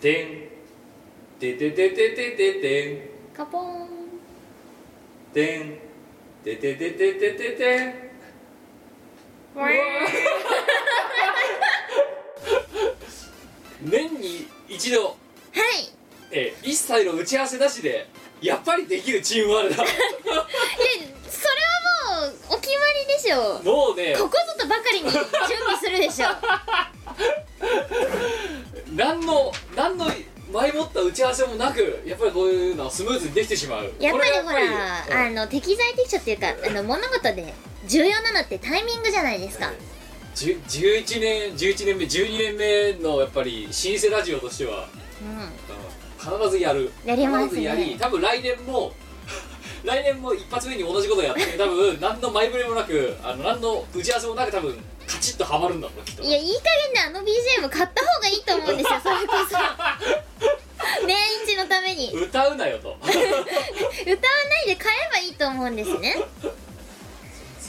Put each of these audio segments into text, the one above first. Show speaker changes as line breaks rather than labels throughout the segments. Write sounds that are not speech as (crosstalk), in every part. てんてててててててん
カポーン
てんてててててててん年に一度、
はい
えー、一切の打ち合わせなしでやっぱりできるチームワール (laughs) だ
いやそれはもうお決まりでしょ
もうね
ここぞとばかりに準備する
(laughs)
でしょ
何の何の前もった打ち合わせもなくやっぱりこういうのはスムーズにできてしまう
やっぱりほ
これがやっぱり
らあの適材適所っていうかあの物事で重要なのってタイミングじゃないですか
じゅ11年11年目12年目のやっぱり老舗ラジオとしては
う
うん必ずやる
やります
必
ね
ずやり多分来年も (laughs) 来年も一発目に同じことやって多分何の前触れもなくあの何の打ち合わせもなく多分カチッとはまるんだろうきっと
んいやいい加減であの BGM 買った方がいいと思うんで
(laughs)
すよそれこそ年一のために歌わ
歌うなよと (laughs)
ないで買えばいいと思うんですね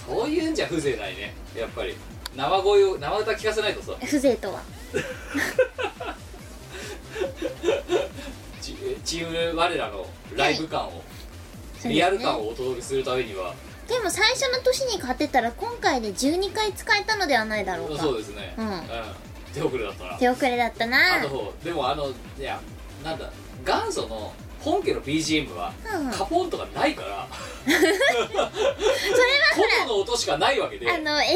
そういうんじゃ風情ないねやっぱり生声を生歌聞かせないとさ
風情とは
チチーム我らのライブ感を、
そうですね
リアル感をお届けするためには
でも最初の年に買ってたら今回で12回使えたのではないだろうか
そうですね、
うん
手遅れだったら
手遅れだったな
あとでもあのいやなんだ元祖の本家の BGM は
うんうん
カポンとかないから
それは
(laughs)
ほら
トムの音しかないわけで
あの SE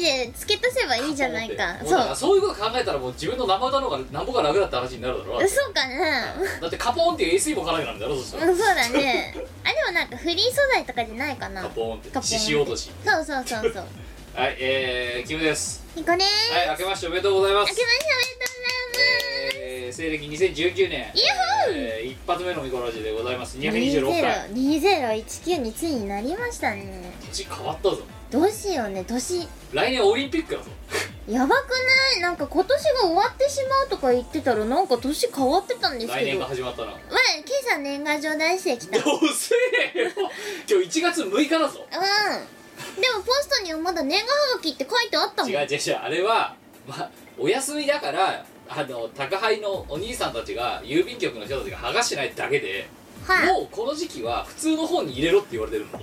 で付け足せばいいじゃないか
カポンってもう
そ
だから
う
そういうこと考えたらもう自分の生歌の方がなんぼか楽だった話になるだろだって
そうかな
だってカポンっていう SE もかなきゃなんだろそした
うん
ら、
そうだねあでもなんかフリー素材とかじゃないかな
カ
そ
ポンって
カポン
獅子落とし
うそうそうそう
はいえー、キムです
ニコでーす、
はい明けましておめでとうございま
明けまし
す
ておめでとうございます
えー、西暦2019年
イエホー
えー一発目のミコラジでございます226回
2019についになりましたね
年変わったぞ
どうしようね年
来年オリンピックだぞ
やばくないなんか今年が終わってしまうとか言ってたらなんか年変わってたんです
来
け
年
ど
が
わ
始まったな
今朝年賀状出してきた
どうせよ今日1月6日だぞ
うんでもポストにはまだ年賀はがきって書いてあったも
(laughs)
ん
違う違う違うあれは、ま、お休みだからあの宅配のお兄さんたちが郵便局の人たちが剥がしてないだけで
はい
もうこの時期は普通の方に入れろって言われてるの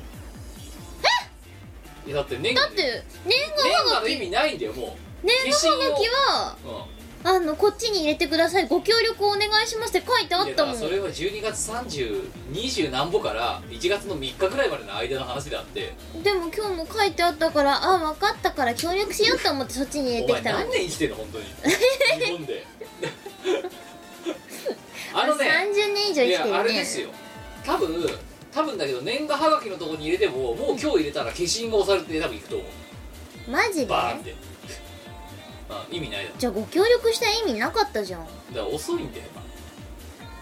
えだって年
だ
賀
って年
年
賀
賀
はが
の
き
意味ないんだよも
年賀はがきは
う、うん
あのこっちに入れてくださいご協力をお願いしますって書いてあ
いや
っ
だか
たもん
らそれは12月3020何歩から1月の3日くらいまでの間の話であって
でも今日も書いてあったからあ分かったから協力しようと思ってそっちに入れ
お
て
前
きたの
何年生きてんの本当に日本
(laughs)
であのね
30年以上生きてる
い
ね
やあれですよ多分多分だけど年賀はがきのとこに入れてももう今日入れたら消印が押されて多分いくと思う
マジで
バーンって (laughs) あ意味ないだろ
じゃあご協力した意味なかったじゃん
だから遅いんだよ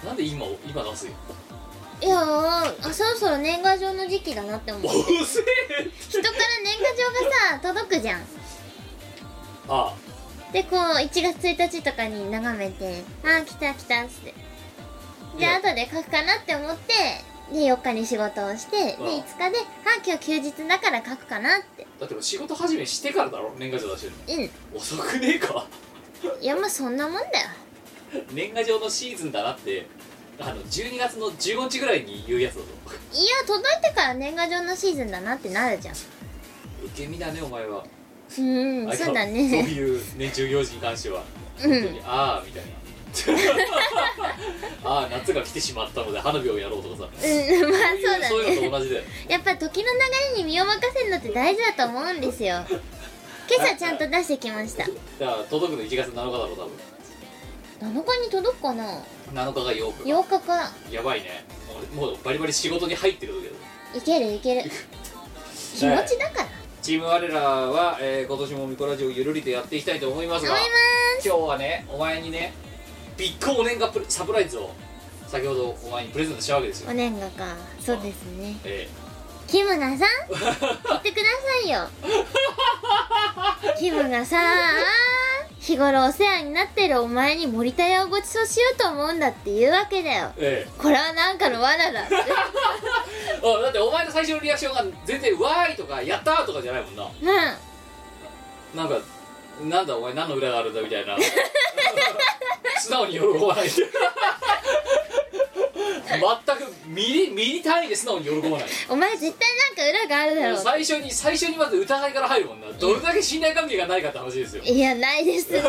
ななんで今今出すよ
いやーあそろそろ年賀状の時期だなって思う
(laughs) 遅え
人から年賀状がさ届くじゃん
あ
でこう1月1日とかに眺めて「あー来た来た」っつって
い
で
や
後で書くかなって思ってで4日に仕事をしてで5
うん
日で「あー今日休日だから書くかな」って
だってもう仕事始めしてからだろ年賀状出してる
うん
の遅くねえか (laughs)
いやまあそんなもんだよ
年賀状のシーズンだなってあの12月の15日ぐらいに言うやつだぞ
いや届いてから年賀状のシーズンだなってなるじゃん
受け身だねお前は
うんそうだ
相変わらず
ね
そういう年中行事に関しては
うん
本当にああみたいな (laughs) ああ夏が来てしまったので花火をやろう
(laughs)
とかさ
うんまあ
そういう
そうだ
いうのと
ね
同じだよ
やっぱ時の流れに身を任せるのって大事だと思うんですよ今朝ちゃんと出してきました7
だから届くの1月7日だろう多分
日に届くかな
7日がよく
8日か
やばいねもうもうバリバリ仕事に入ってる時だよ
いけるいける気持ちだから
チーム我らは、えー今年もミコラジオゆるりとやっていきたいと思いますが
思います
今日はねお前にねビッグお年賀プレサプライズを先ほどお前にプレゼントしたわけですよ
お、年賀かそうですね
え
キムナさん言ってくださいよキムがさ日頃お世話になってるお前に森田屋をご馳走しようと思うんだって言うわけだよ
(laughs) ええ
これはなんかの罠だ
えあだってお前の最初のリアクションが全然「わーい!」とか「やったー!」とかじゃないもんな
うん
なんかなんだお前何の裏があるんだみたいな (laughs) 素直に喜ばない全くミリミリ単位で素直に喜ばない
お前絶対なんか裏があるだろう
最初に最初にまず疑いから入るもんなどれだけ信頼関係がないかって話ですよ
いやないですね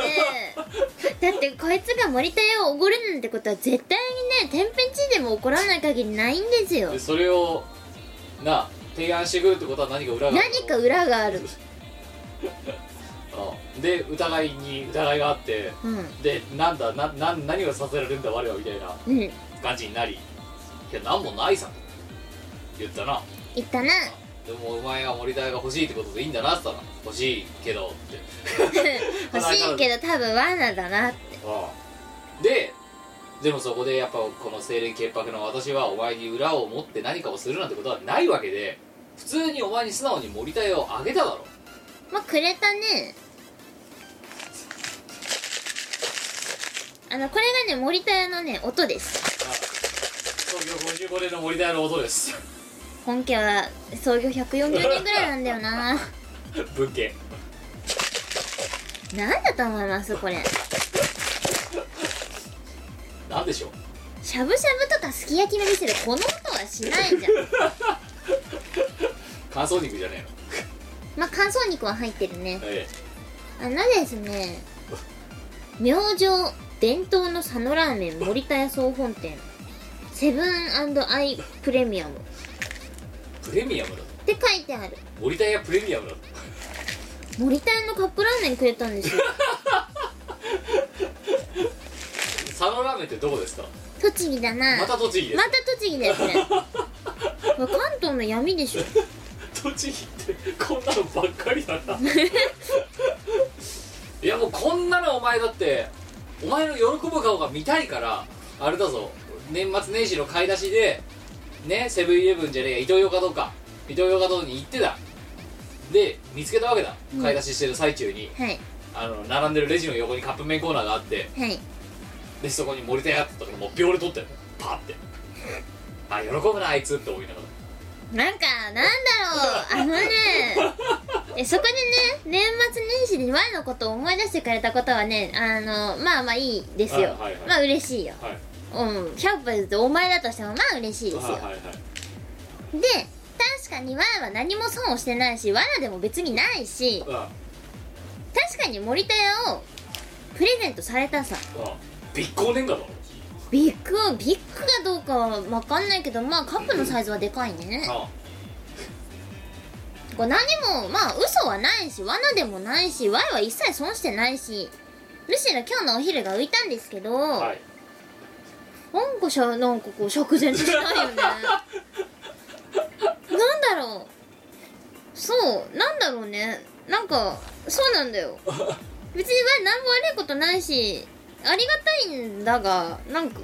だってこいつが森田屋をおごるなんてことは絶対にね天変地異でも起こらない限りないんですよ
でそれをなあ提案してくるってことは何か裏がある
何か裏がある
あで疑いに疑いがあって
うん
でなんだなな何をさせられるんだ我はみたいな
うん
感じになりいや何もないさと言ったな
言ったな
でもお前は森田が欲しいってことでいいんだなって言ったら欲しいけどって
欲しいけど多分罠だなって
ああででもそこでやっぱこの精霊潔白の私はお前に裏を持って何かをするなんてことはないわけで普通にお前に素直に森田屋をあげただろ
まあくれたねあのこれがね森田屋のね音です
東京55年の森田屋の音です (laughs)
本家は創業140年ぐらいなんだよな
文献
なんだと思いますこれ
なんでしょう
しゃぶしゃぶとかすき焼きの店でこの音はしないじゃん
乾燥肉じゃね
まあ乾燥肉は入ってるね
えのえ
あなですね明星伝統の佐野ラーメン森田屋総本店セブンアイプレミアムっ
えプレミアムだぞ
て書いてある
森田屋プレミアムだぞ
森田屋のカップラーメンくれた
(laughs)
んですよ
佐野ラーメンってどこですか
栃木だな
また栃木です
また栃木だよこれこれ (laughs) 関東の闇でしょ
栃木ってこんなのばっかりだないやもうこんなのお前だってお前の喜ぶ顔が見たいからあれだぞ年末年始の買い出しでねセブンイレブンじゃねえやイトーヨーカドーかイトーヨーカドーに行ってたで見つけたわけだ
うん
買い出ししてる最中に、
はい
あの並んでるレジの横にカップ麺コーナーがあって
はい
でそこに森田屋ってとこもう秒で取ってるパーってあ喜ぶなあいつって思いながら
なんかなんだろうあのね
(laughs)
えそこでね年末年始に前のことを思い出してくれたことはねあのまあまあいいですよ、
はいはいはい
まあ嬉しいよ
はい
うん100歩譲ってお前だとしてもまあ嬉しいですよ、
はいはいはい
で確かにわらは何も損をしてないしわらでも別にないし
うん
確かに森田屋をプレゼントされたさ
あビッコ年賀だろ
ビッグはビッグかどうかは分かんないけどまあカップのサイズはでかいね
あ
これ何もまあ嘘はないし罠でもないしわいは一切損してないしむしろ今日のお昼が浮いたんですけど、
あはい
なんかしゃなんかこう釈然としない
(laughs)
よねなんだろうそうなんだろうねなんかそうなんだよ別にわい何も悪いことないしありがたいんだがなんか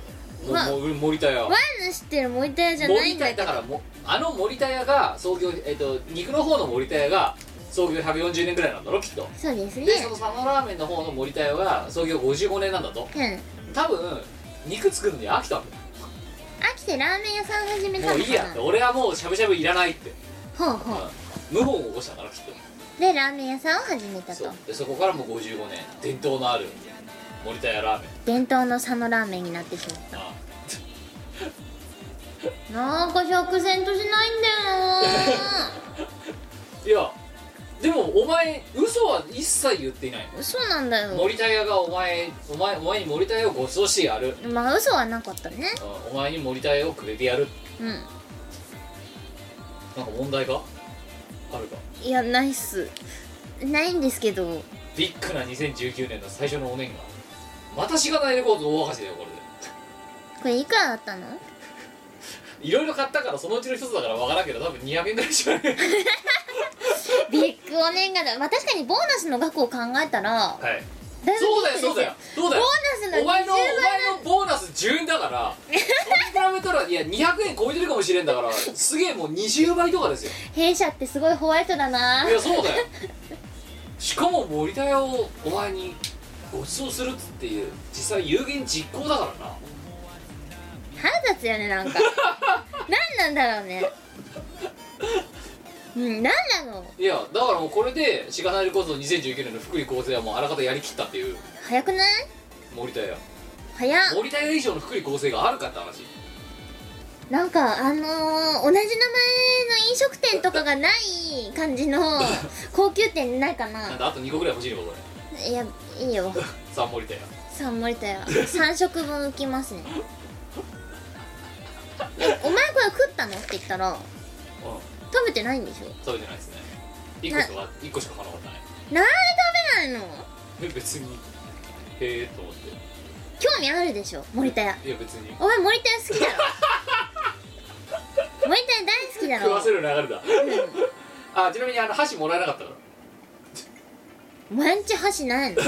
わわ
もう森田屋
いの知ってる森田屋じゃない
森
ん
田
だ
屋
けど
だからもうあの森田屋が創業えっと肉の方の森田屋が創業140年ぐらいなんだろきっと
そうですね
でその佐野ラーメンの方の森田屋が創業55年なんだと
うん飽
多分肉作るのに飽きたんだ
きてラーメン屋さん始めたの
も
か
う
ない
いやって俺はもうしゃぶしゃぶいらないって
ほうほう
無本を起こしたからきっと
でラーメン屋さんを始めた
そ
と
うでそこからもう55年伝統のある森田屋ラーメン
伝統の佐野ラーメンになってしまっ
あ
たなんか釈然としないんだよ
(laughs)
な
いやでもお前嘘は一切言っていない
そうなんだよ
森田屋がお前お前お前に森田屋をご馳走してやる、
まあ嘘はなかったね
うんお前に森田屋をくれてやる
う
なんか問題かあるか
んいやないっすないんですけど
ビッグな2019年の最初のお年がまたしがないレコード大赤字だよこれ
これいくらだったの
でいろいろ買ったからそのうちの一つだからわからんけど多分200円ぐらいしかない
(laughs) ビッグお年賀だまあ確かにボーナスの額を考えたら
はい
だいぶ
そうだよ
ビッグ
そうだよそうだ
ボ
よ
ーナス
お
の20
前のお
倍
前のボーナス10円だからそれに比べたらいや200円超えてるかもしれんだからすげえもう20倍とかですよ
弊社ってすごいホワイトだない
やそうだよしかも森田屋をお前にご馳走するっつっていう実際有言実行だからな
腹立つよねな
(laughs)
んか何なんだろうねうん何なの
いやだからもうこれでしがないレコードの2019年の福井厚生はもうあらかたやりきったっていう
早くない
森田屋
早っ
森平以上の福利厚生があるかって話
なんかあのー、同じ名前の飲食店とかがない感じの
(laughs)
高級店ないか
なん
な
だあと2個ぐらい欲しいのこれ
いやいいよ
三森平
さあ森田や3食分浮きますねでお前これ食ったのって言ったら
うん
食べてないんでしょ
食べてないですね1個しか一個しか買わなかっ
なんで食べないの
たね別にへえと思って
興味あるでしょ森田屋
いや別に
お前森田屋好きだろ森田屋大好きだろ
食わせる流れだあちなみにあの箸もらえなかったから
うん、お前んち箸ないの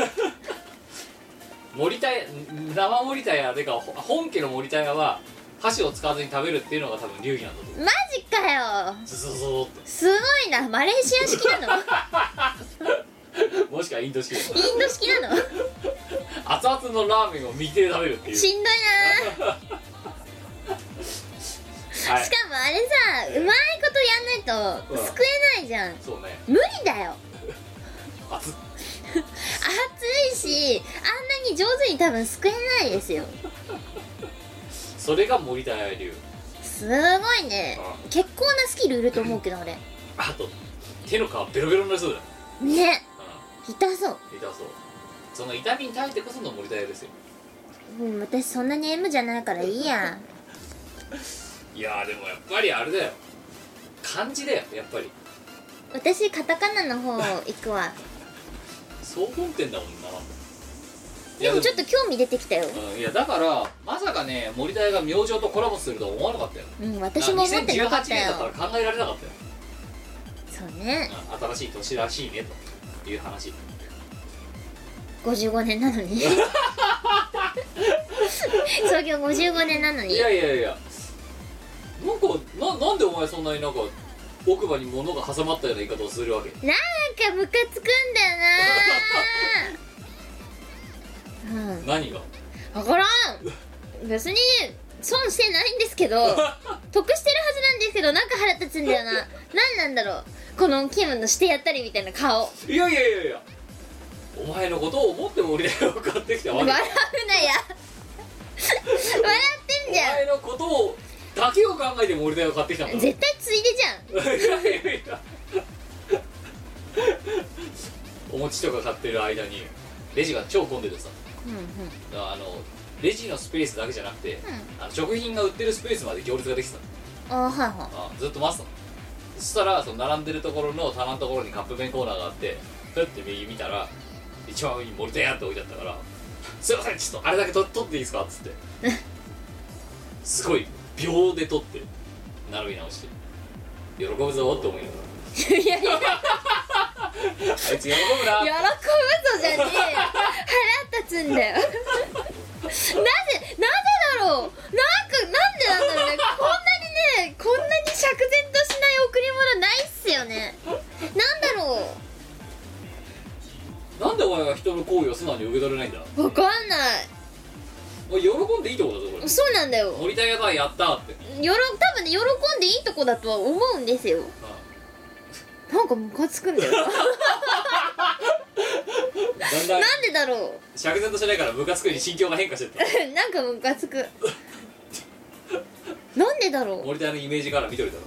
森田屋ん生森田屋でかほ本家の森田屋は箸を使わずに食べるっていうのが多分流儀なんだと思う
マジかよ
ズズズズズっ
すごいなマレーシア式なの
てもしくはインド式で
インド式なの
熱々のラーメンを見て食べるっていう
しんどいな
はい
しかもあれさうまいことやんない
う
と
ん
救えないじゃん
そうね
無理だよ
熱っ
暑いしあんなに上手に多分救えないですよ
それが森田屋流
すごいね
う
結構なスキルいると思うけどあれ
あと手の皮ベロベロになりそうだよ、
ね痛そう
うん、痛そうその痛みに耐えてこその森田屋ですよ
うん私そんなに M じゃないからいいや
いやーでもやっぱりあれだよ漢字だよやっぱり
私カタカナの方行くわ
総本店だもんない
でもちょっと興味出てきたよ
うんいやだからまさかね森田屋が明星とコラボするとは思わなかったよ
うん私も思ってな
2018
かった
年だ
よ
ったら考えられなかったよ
そうね
うん新しい年らしいねという話
55年なのに (laughs) 創業55年なの
い
に
やいやいやなんかななんでお前そんなになんか奥歯に物が挟まったような言い方をするわけ
なんかムカつくんだよなうん
何が
分からん別に損してないんですけ (laughs) ど得してるはずなんですけどなんか腹立つんだよな何なんだろうこのキムのしてやったりみたいな顔
(laughs) いやいやいやいやお前のことを思って森田屋を買ってきたわ
笑う
け
なや笑ってんじ
お前のことをだけを考えて森田屋を買ってきたんだ
ゃん
ろ
絶対ついでじゃん
いやいやいやお餅とか買ってる間にレジが超混んでてさ
うんうん
あのレジのスペースだけじゃなくて、あの食品が売ってるスペースまで行列ができてたの
あーはいは
あずっと待ってたのそしたらその並んでるところの棚のところにカップ麺コーナーがあってふって右見たら一番上に森田屋って置いてあったから「すいませんちょっとあれだけ取取っていいですか?」っつってすごい秒で取って並び直して喜ぶぞって思いながら
いいやい
あ
や
いつ喜ぶな
喜ぶぞじゃねえよ腹立つんだよなぜなぜだろうなんかなんでなんだろうねこんなにねこんなに釈然としない贈り物ないっすよねなんだろ
なんでお前は人の行為を素直に受け取れないんだ
うわかんない
お前喜んでいいとこだぞこれ
そうなんだよ
森田屋がやったーって
よろ多分ね喜んでいいとこだとは思うんですよなんかムカつくんだよな
だんだん
なんでだろう (laughs)
釈然としないからムカつくに心境が変化してって
なんかムカつくなんでだろ
森田屋のイメージから見とれたろ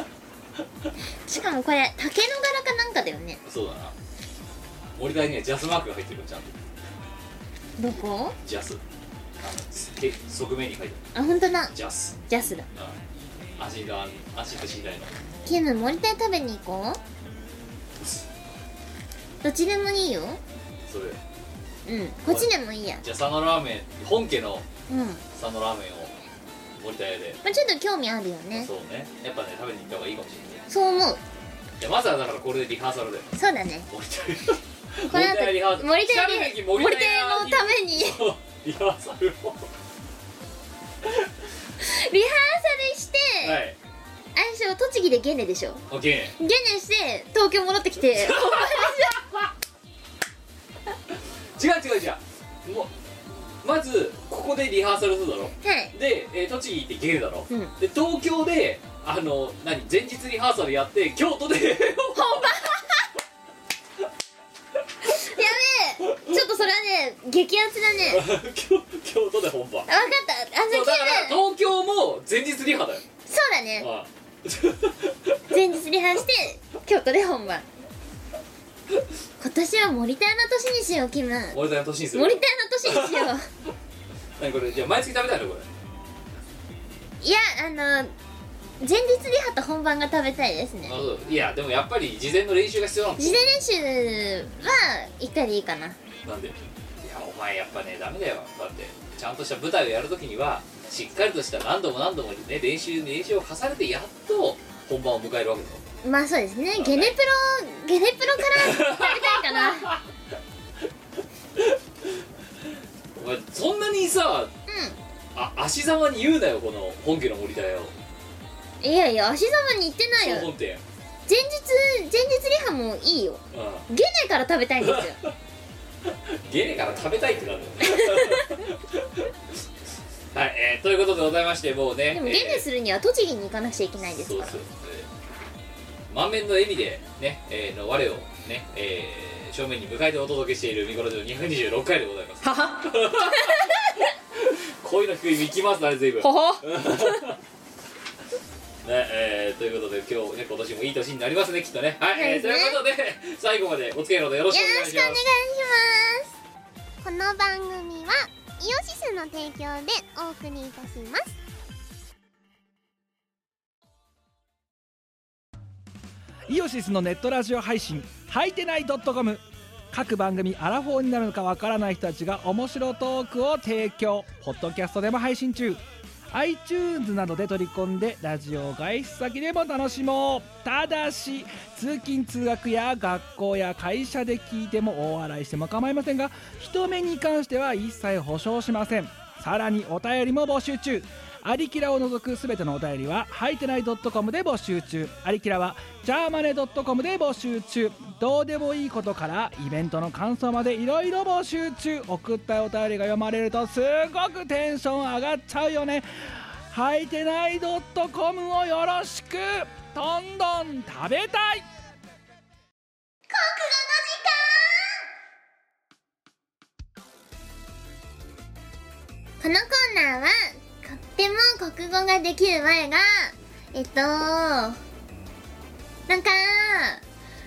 うしかもこれ竹の柄かなんかだよね
そうだな森田屋にはジャスマークが入ってるよちゃんと
どこ
ジャスあのえ側面に書いてあ
あ本当だ
るジャス
ジャスだ
うん足が足と信頼の
キム森田屋食べに行こうどっちでもいいよ
それ
うんこっちでもいいや
じゃあ佐野ラーメン本家の
うんま
佐野ラーメンを森田屋で
あちょっと興味あるよね
そうねやっぱね食べに行った方がいいかもしれない
そう思う
いやまずはだからこれでリハーサルだよ
そうだね
森田屋
この後
リハーサル
森田屋
来るべ
で
き
森田屋のた
(laughs)
めにリハ
リハーサルを
ーサルして、
はい
あれでしょ栃木でゲネでしょ
OK
ゲネして東京戻ってきて
違う違う違うもうまずここでリハーサルするだろ
はい
で、えー栃木行ってゲルだろ、
うん
で東京であの何前日リハーサルやって京都で
(laughs) やべえちょっとそれはねね激アツだ
(laughs)
ねわかっ
(laughs) 京京都で本番
たあ
そ
の
うだから
気分
東京も前日リハだよ
そうだね
あ
前日リハして京都で本番今年は森田の年にしよう気分
あ
森
(laughs) 森田の年にす
田
る
の年にしよう
何これじゃあ毎月食べたいのこれ
いやあの前日リハと本番が食べたいですね
あそういやでもやっぱり事前の練習が必要なの
事前練習は1回でいいかな
なんでいやお前やっぱねダメだよだってちゃんとした舞台をやるときにはしっかりとした何度も何度もね練習練習を重ねてやっと本番を迎えるわけだよ
まあそうですねゲネプロゲネプロから食べたいかな
お前そんなにさあ足ざまに言うなよこの本家の森田屋を
うんいやいや足様に行ってない
総
よ
本店
前日前日リハもいいよ
う
ゲネから食べたいんですよ
んゲレから食べたいって
(laughs)
なるんだよはい、えーということでございましてもうね
でもゲネするには栃木に行かなくちゃいけないです
そう
か
そう
ら
そう満面の笑みでね、えーの我をね、えー正面に迎えてお届けしている見頃の226回でございます
はは
こういうの低いきますあれ随分
ほ
ね、
ほ
えーということで今日ね今年もいい年になりますねきっとねはい、えー
そ
と
うですね
いうことで最後までお付き合いのほどよろしくお願いします
この番組はイオシスの提供でお送りいたします
イオシスのネットラジオ配信「はいてない .com」各番組アラフォーになるのかわからない人たちが面白トークを提供ポッドキャストでも配信中 iTunes などで取り込んでラジオを外出先でも楽しもうただし通勤通学や学校や会社で聞いても大笑いしても構いませんが人目に関しては一切保証しませんさらにお便りも募集中アリキラを除くすべてのお便りは、はいてない .com で募集中。アリキラは、ジャーマネ .com で募集中。どうでもいいことから、イベントの感想までいろいろ募集中。送ったお便りが読まれると、すごくテンション上がっちゃうよね。はいてない .com をよろしくどんどん食べたい
このコーナーはとっても国語ができる前がえっとなんか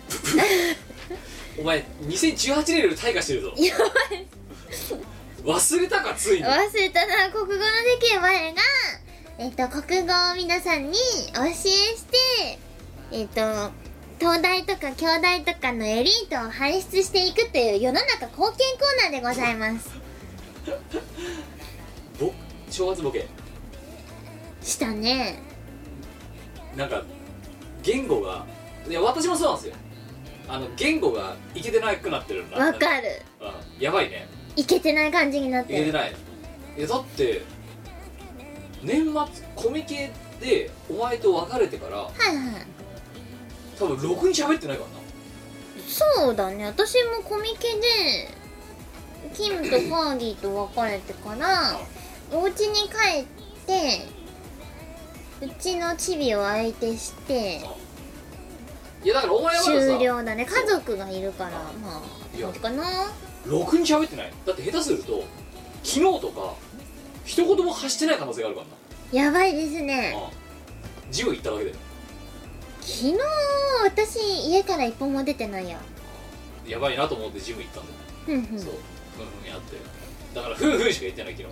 (laughs)
お前2018年より退化してるぞ
や
忘れたかついに
忘れたな国語のできる前がえっと国語を皆さんにお教えしてえっと東大とか京大とかのエリートを輩出していくという世の中貢献コーナーでございます
ぼ正月ボケ
したね
なんか言語がいや私もそうなんですよあの言語がいけてなくなってるんだ
わかる
うんやばいね
いけてない感じになっ
いけ
て
て
る
ないいやだって年末コミケでお前と別れてから
はいはい
多分ろくに喋ってないからな
そうだね私もコミケでキムとカーギーと別れてからお家に帰ってうちのチビを相手して
いやだからお前はまだ
終
さ
了だね家族がいるからまあ
いや
なんかな
ろくに喋ってないだって下手すると昨日とか一言も発してない可能性があるからな
やばいですね
ああジム行っただけで
昨日私家から一歩も出てないや
やばいなと思ってジム行ったんだよ、
ふんふん
そうふんふんやってだからふんふんしか言ってない
(laughs)
昨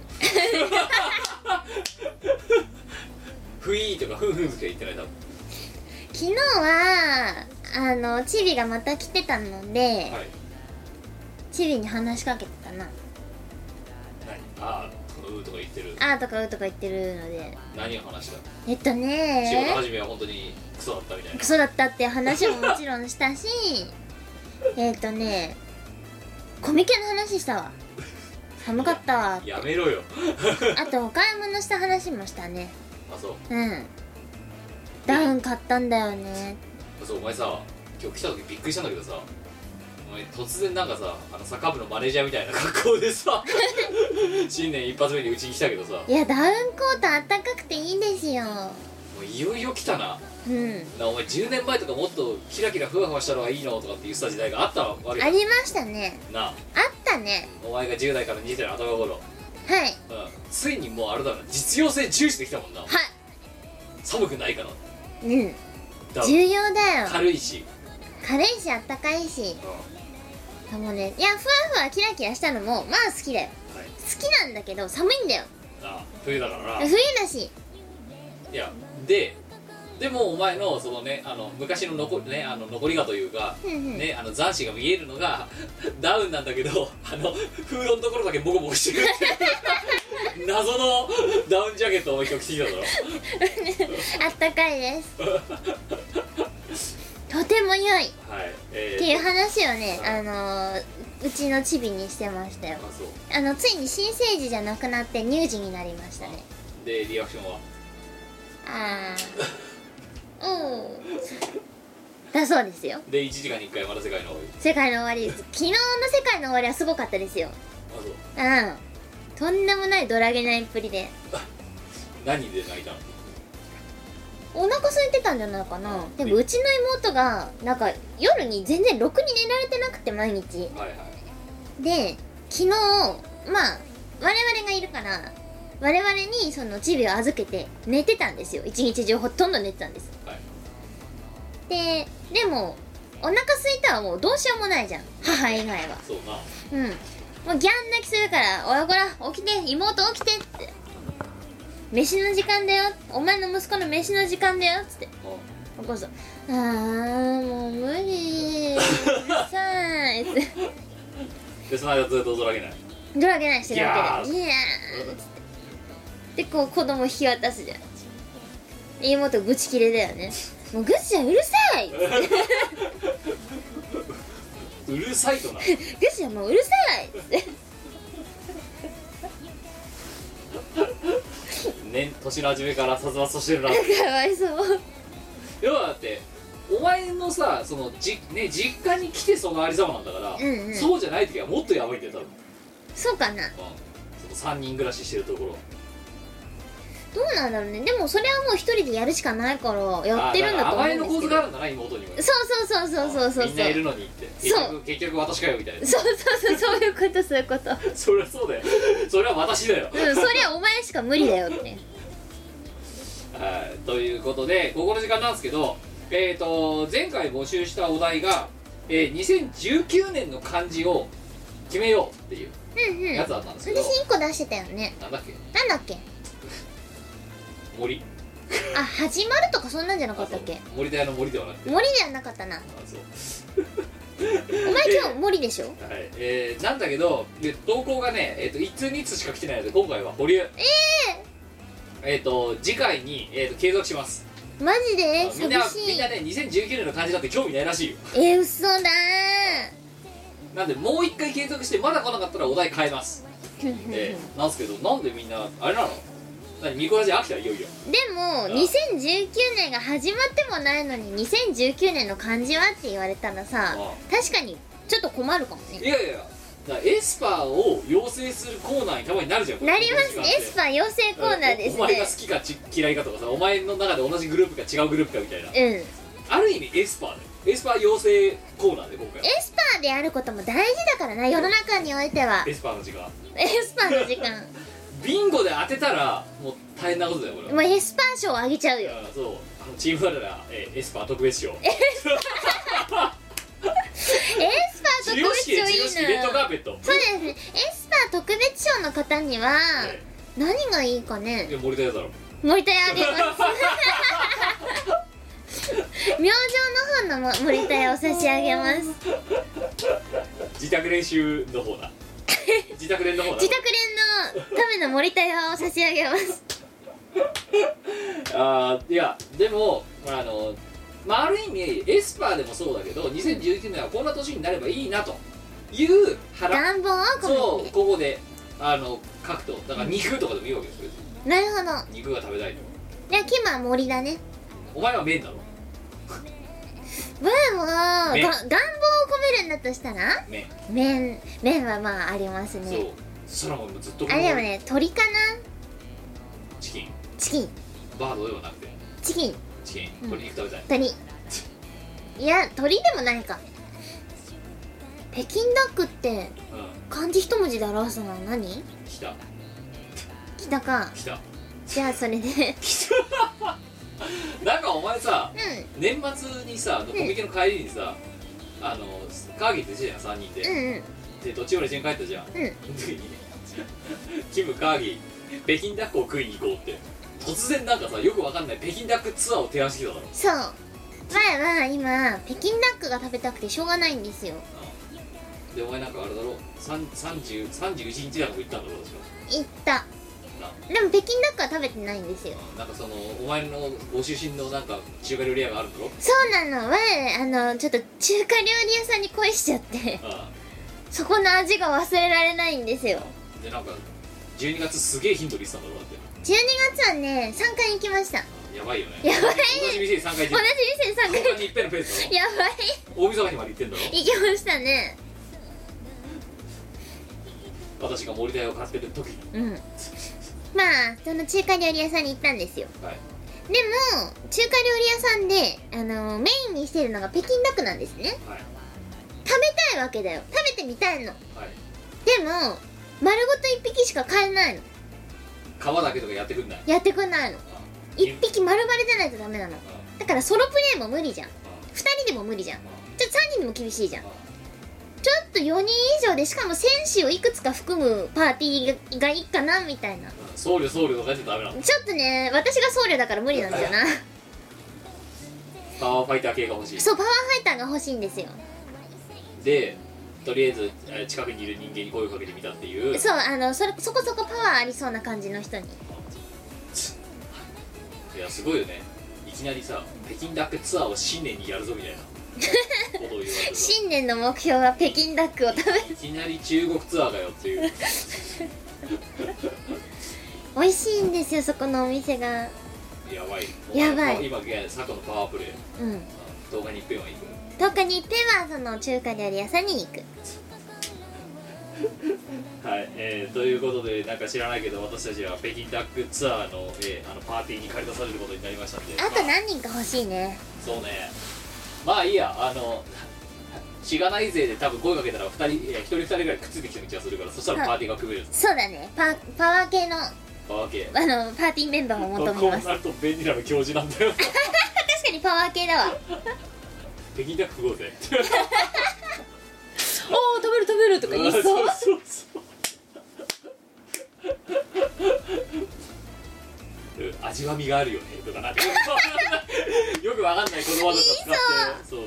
日ふいーとかふんふんしか言ってない多分
昨日はあのチビがまた来てたので、
はい
チビに話しかけてたな
何ああとかうーとか言ってる
あーとかうーとか言ってるので
何を話した
えっとね
仕事始めは本当にクソだったみたいな
クソだったっていう話ももちろんしたしえっとねコミケの話したわ寒かったわ
やめろよ
あとお買い物した話もしたね
あそう
うんダウン買ったんだよね
あそうお前さ今日来た時びっくりしたんだけどさお前突然なんかさあのサッカー部のマネージャーみたいな格好で (laughs) さ新年一発目にうちに来たけどさも
いやダウンコートあったかくていいですよ
ういよいよ来たな
うん
なお前10年前とかもっとキラキラふわふわしたのがいいのとかって言ってた時代があったわけ
ありましたね
なあ
あっただね
お前が10代から20代の頭頃、
はいはい
うん、ついにもうあれだな実用性重視できたもんな寒くないから
うん
だ
重要だよ
軽いし、
軽いしあったかいし
うんは
もうねいやふわふわキラキラしたのもまあ好きだ
い、
よ好きなんだけど寒いんだよ
なあ冬だからな
冬だし
いやででもお前のそのねあの昔の残,、ね、あの残りがというか、
うんうん
ね、あの残滓が見えるのがダウンなんだけどあのフードのところだけボコボコしてくっていう謎のダウンジャケットをお前今日着てきただろ
(laughs) あったかいですとても良いっ
はいえ
て
ー
いう話をねあのーうちのチビにしてましたよ
あそう
あのついに新生児じゃなくなって乳児になりましたね
でリアクションは
あ
(laughs)
あうんだそうですよ
で1時間に1回まだ世界の終わり
世界の終わりです昨日の世界の終わりはすごかったですよ
あそう
うんとんでもないドラゲないっぷりで
何で泣いたの
お腹空いてたんじゃないかなでもうちの妹がなんか夜に全然ろくに寝られてなくて毎日
はいはい
で昨日まあ我々がいるから我々にそのチビを預けて寝てたんですよ一日中ほとんど寝てたんです
はい
ででもお腹空いたらもうどうしようもないじゃん母以外は
そうな
うんもうギャン泣きするから「おいこら起きて妹起きて」って「飯の時間だよお前の息子の飯の時間だよ」っつって
う
起こすと「あーもう無理うるさい」って
んでその間ずっと踊らけない
ドラゲないしてるわけで「
ギ
いやー」っつってでこう子供引き渡すじゃん妹愚痴切れだよね「もう愚痴じゃうるさい!」
(laughs) うるさいとな
愚痴はもううるさい!」って
年年の初めから殺伐としてるな
かわいそう
要はだってお前のさそのじ、ね、実家に来てそのありさまなんだから、
うんうん
そうじゃない時はもっとやばいんだよ多分、
そうかな
うん、その3人暮らししてるところ
どうなんだろうねでもそれはもう一人でやるしかないからやってるんだと
あ
思
甘
う
え
ん
の
です
構
け
図
ど
があるんだな妹にも
そうそうそうそうそうそうそう
みんないるのにって結
そう
局結局私かよみたいな (laughs)
そうそうそうそういうことそういうことう
そりゃそうだよそれは私だよ、
んそりゃお前しか無理だよって
はいということでここの時間なんですけどえっ、と前回募集したお題が、えー2019年の漢字を決めようっていう
うんうん
やつ
私
だったんですけど、
1個出してたよね
なんだっけ
なんだっけ
森
あ始まるとかそんなんじゃなか
あ
ったっけ
そう森田屋の森ではなくて
森ではなかったな
あそう
お前今日森でしょ
はいえー、なんだけどで投稿がね、えー、と1通2通しか来てないので今回は保留ええーと次回に、えー、と継続します
マジで
みんな
寂
み
し
ん
い
なね2019年の漢字だって興味ないらしいよ
え嘘だ
なんでもう一回継続してまだ来なかったらお題変えます
ー
えーなんですけどなんでみんなあれなの何ミコラジ飽きたいよいよ
でも2019年が始まってもないのに2019年の漢字はって言われたらさ
あ
確かにちょっと困るかも
い
ね
やいやいやだからエスパーを養成するコーナーにたまになるじゃん
なりますエス
パ
パー養成コーナーです
お前が好
ね
きかち嫌いかとかさお前の中で同じグループか違うグループかみたいな
うんエ
ある意味エスパーだよエスパー養成コーナーで今回は
スパーであることも大事だからな世の中においては
エスパーの時間
エスパーの時間
ビンゴで当てたらもう大変なことだよこれは
もうエスパー賞をあげちゃう
い
よ
やそうあのチーム我ら、えーエスパー特別賞授
エスパー特
与
別賞
式で授与式レ
いい
ッドカ
な
ーペット
そうですねエスパー特別賞の方には
え
何がいいか
ー
ね
いや森田屋だろ
森田屋あげます。明星の方のも森田屋を差し上げます。
自宅練習の
(laughs)
方だ自宅練の方だ
自宅連のための森田屋を差し上げます。
あーいやでも、まあ、あのまあある意味エスパーでもそうだけど2019年はこんな年になればいいなという腹
願望を込
そ
め
うここであの書くとだから肉とかでもいいわけですよ別に
て。なるほど。
肉が食べたいと
じゃあキムは森だね。
お前は麺だろ
ブーもが
麺
願望を込めるんだとしたら
麺
麺麺はまああります
そう
ね。
そしたらもうずっとこ
あ
の
れでもね鳥かな
チキン
チキン
バードではなくて
チキン
チキン
うん
鶏肉食べたい、
鳥。いや鳥でもないか。北京ダックって
うん
漢字一文字で表すのは何
来た
北か
来た
じゃあそ
(laughs)
れで
なんかお前さ
うん
年末にさあのコミケの帰りにさ、あの会議ってしてたじゃん3人で、
うん
でどっちも一緒に帰ったじゃん、
うん
その時にねキム・カーギー北京ダックを食いに行こうって突然なんかさよくわかんない北京ダックツアーを提案してきただろ
そう前は今北京ダックが食べたくてしょうがないんですよ
でお前なんかあれだろ3 30 31日だとか言ったんだろう確か
行った
な
でも北京ダックは食べてないんですよ
なんかそのお前のご出身のなんか中華料理屋があるんだろ
そうなの我あのちょっと中華料理屋さんに恋しちゃって
あ
そこの味が忘れられないんですよ
あでなんか12月すげえヒントリストなんだろだっ
12月はね3回行きました
てやばいよね
やばい
同じ店に3回行って
同じ店3
3回に
回
いっぺんのペースだろ
やば
大晦日にまで行ってんだろ
い行きましたね
私が森田屋を買ってる時に
うんまあその中華料理屋さんに行ったんですよ
はい
でも中華料理屋さんであのメインにしてるのが北京ダックなんですね
はい
食べたいわけだよ食べてみたいの
はい
でも丸ごと1匹しか買えないの
皮だけとかやってくんない
やってくんないの
あ
1匹丸々じゃないとダメなの
あ
だからソロプレイも無理じゃん2
あ
人でも無理じゃん
あ
ちょっと3人でも厳しいじゃん
あ
ちょっと4人以上でしかも戦士をいくつか含むパーティーがいいかなみたいなち
あ僧侶僧侶とかやっちゃダメなの
ょっとね私が僧侶だから無理なんだよな
パワーファイター系が欲しい
そうパワーファイターが欲しいんですよ
でとりあえずえー近くにいる人間に声をかけてみたっていう
そうあのそれそこそこパワーありそうな感じの人に
いやすごいよねいきなりさ北京ダックツアーを新年にやるぞみたいなことを言われてさ
(laughs) 新年の目標は北京ダックを (laughs) 食べ
いきなり中国ツアーだよっていう
美味しいんですよそこのお店が
やばい
やばい
今現在佐藤のパワープレイ
うん
動画にいっぺんはいく
10日に一遍はその中華料理屋さんに行く
はい、えーということでなんか知らないけど私たちは北京ダックツアーの,、えーあのパーティーに駆り出されることになりましたんで
あと
まあ
何人か欲しいね
そうねまあいいやあのしがない勢で多分声かけたら2人いや1人2人ぐらいくっついてきた気がするからそしたらパーティーが組める
そうだねパパワー系のあ
わけ
のパーティーメンバーを
こ
求
こ
め
う
ます
なると便利なの教授なんだよ
(laughs) 確かにパワー系 (laughs) だわ
北京ダック食おうぜ
おお食べる食べるとか言いそう
そうそうそううん味わみがあるよねとか
(laughs)
なんかよくわかんない言葉とか使ってそう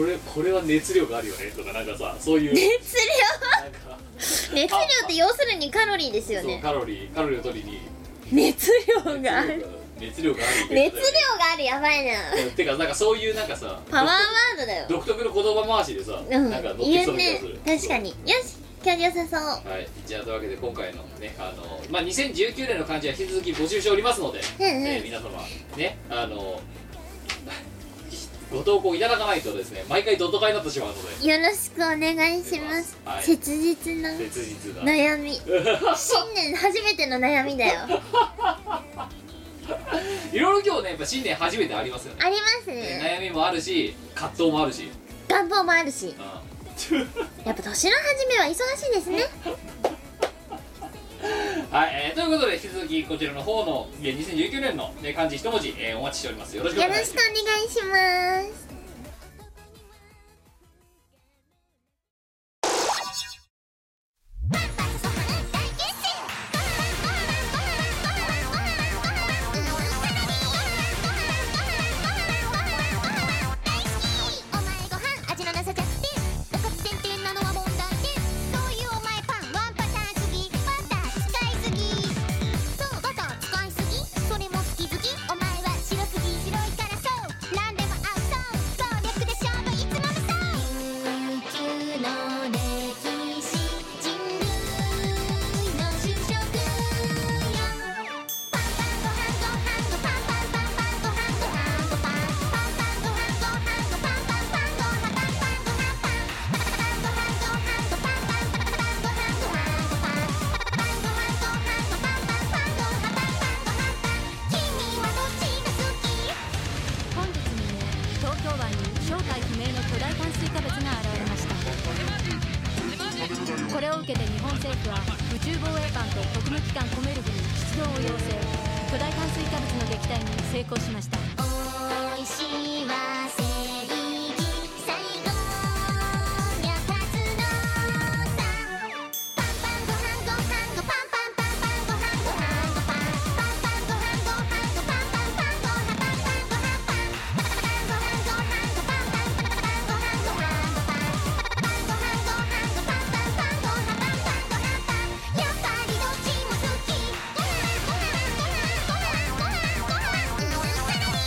これこれは熱量があるよねとかなんかさそういう
熱
なんか
量熱量って要するにカロリーですよ
そう
ね
カロリーカロリーを取りに
熱量がある
熱量がある
熱量があるやばいな
量てかなんかそういうなんかさ
パワーワードだよ
独特の言葉回しでさ、
うん
なんか乗ってき
言
そう
う
な気が
ね
する
確かによし今日良さそう
はい、じゃあというわけで今回のねあの、まあ、2019年の漢字は引き続き募集しておりますので、
うんうん
えー皆様ねあの (laughs) ご投稿いただかないとですね毎回ドット化になってしまうので
よろしくお願いします、
はい
切実な
切実な
悩み新年初めての悩みだよ
(laughs) いろいろ今日ねやっぱ新年初めてありますよね、
ありますね
悩みもあるし葛藤もあるし、
願望もあるし
うん
やっぱ年の初めは忙しいですね
はい、えーということで引き続きこちらの方のえー2019年の、ね、漢字一文字、えーお待ちしておりますよろしくお
よ
願い
ろ
しま
し
す
くお願いします
お前ご飯味のなさちゃって露骨点々なのは問題でそういうお前パンワンパターンすぎバター使いすぎそうバター使いすぎそれも好き好きお前は白すぎ白いからそう何でも合うそう
政府は宇宙防衛班と国務機関コメルブに出動を要請巨大炭水化物の撃退に成功しました
おいしいわ正義最後にゃかつのさパンパンご飯ご飯ごパンパンパンパンご飯ご飯ごパンパンパンご飯ご飯ごパンパンパンご飯パンパンご飯パンパンご飯ご飯ごパンパンパンご飯ご飯ごパンパンご飯ご飯ごパンパンパンご飯パンパンご飯パンやっぱりどっちも好きご飯ご飯ご飯ご飯ご飯ご飯ご飯ご飯うるさい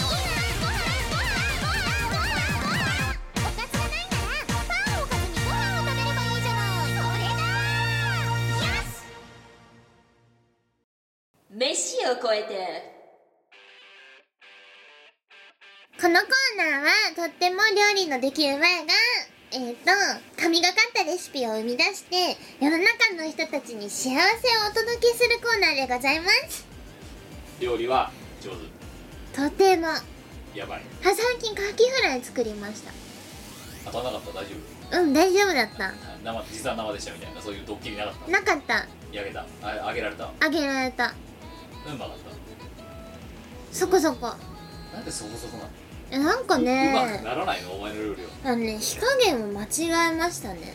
ご飯ご飯ご飯ご飯ご飯ご飯おかずがないならパンを買えばいいじゃないにご飯を食べればいいじゃないそれだよし
飯を超えて
このコーナーはとっても料理のできる前がえっ、と神がかったレシピを生み出して世の中の人たちに幸せをお届けするコーナーでございます
料理は上
とてもあ
手やばい
最近カキフライ作りまし
当たらなかった大丈夫
たうん大丈夫だった
生実は生でしたみたいなそういうドッキリなかった
なかった
焼けたああげられた
あげられた
うんうまかっ
そこそこ
たなんでそこそこなの、
えなんか
うまく
ね
ならないのお前の料理は
あのね火加減を間違えましたね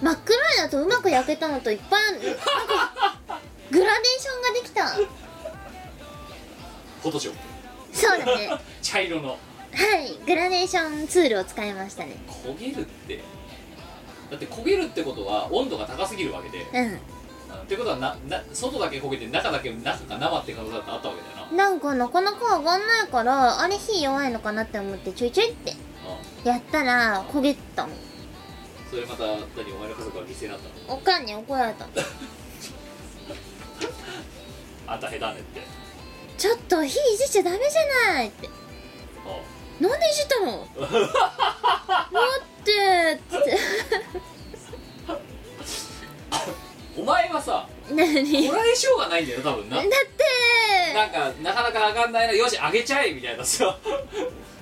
真っ黒いのとうまく焼けたのといっぱいあるなんかグラデーションができ
フォトショップ
たそうだね
(laughs) 茶色の
はいグラデーションツールを使いましたね
焦げるってだって焦げるってことは温度が高すぎるわけで
う
あのってことはなな外だけ焦げて中だけ中が生って可能性だってあったわけだよな、うん
なんかなかなか上がんないからあれ火弱いのかなって思ってちょいちょいって
ん、
やったら焦げたの
それまた何お前の家族は犠牲になったの
おかんに怒られたの
あんた下手ねって
ちょっと火いじっちゃダメじゃないって
う
なんでいじったの待ってっつって
んお前はさ
何
こらえ性がないんだよ多分
だ
な
っ
なんかなかなか上がんないなよし上げちゃえみたいな
(laughs)
さ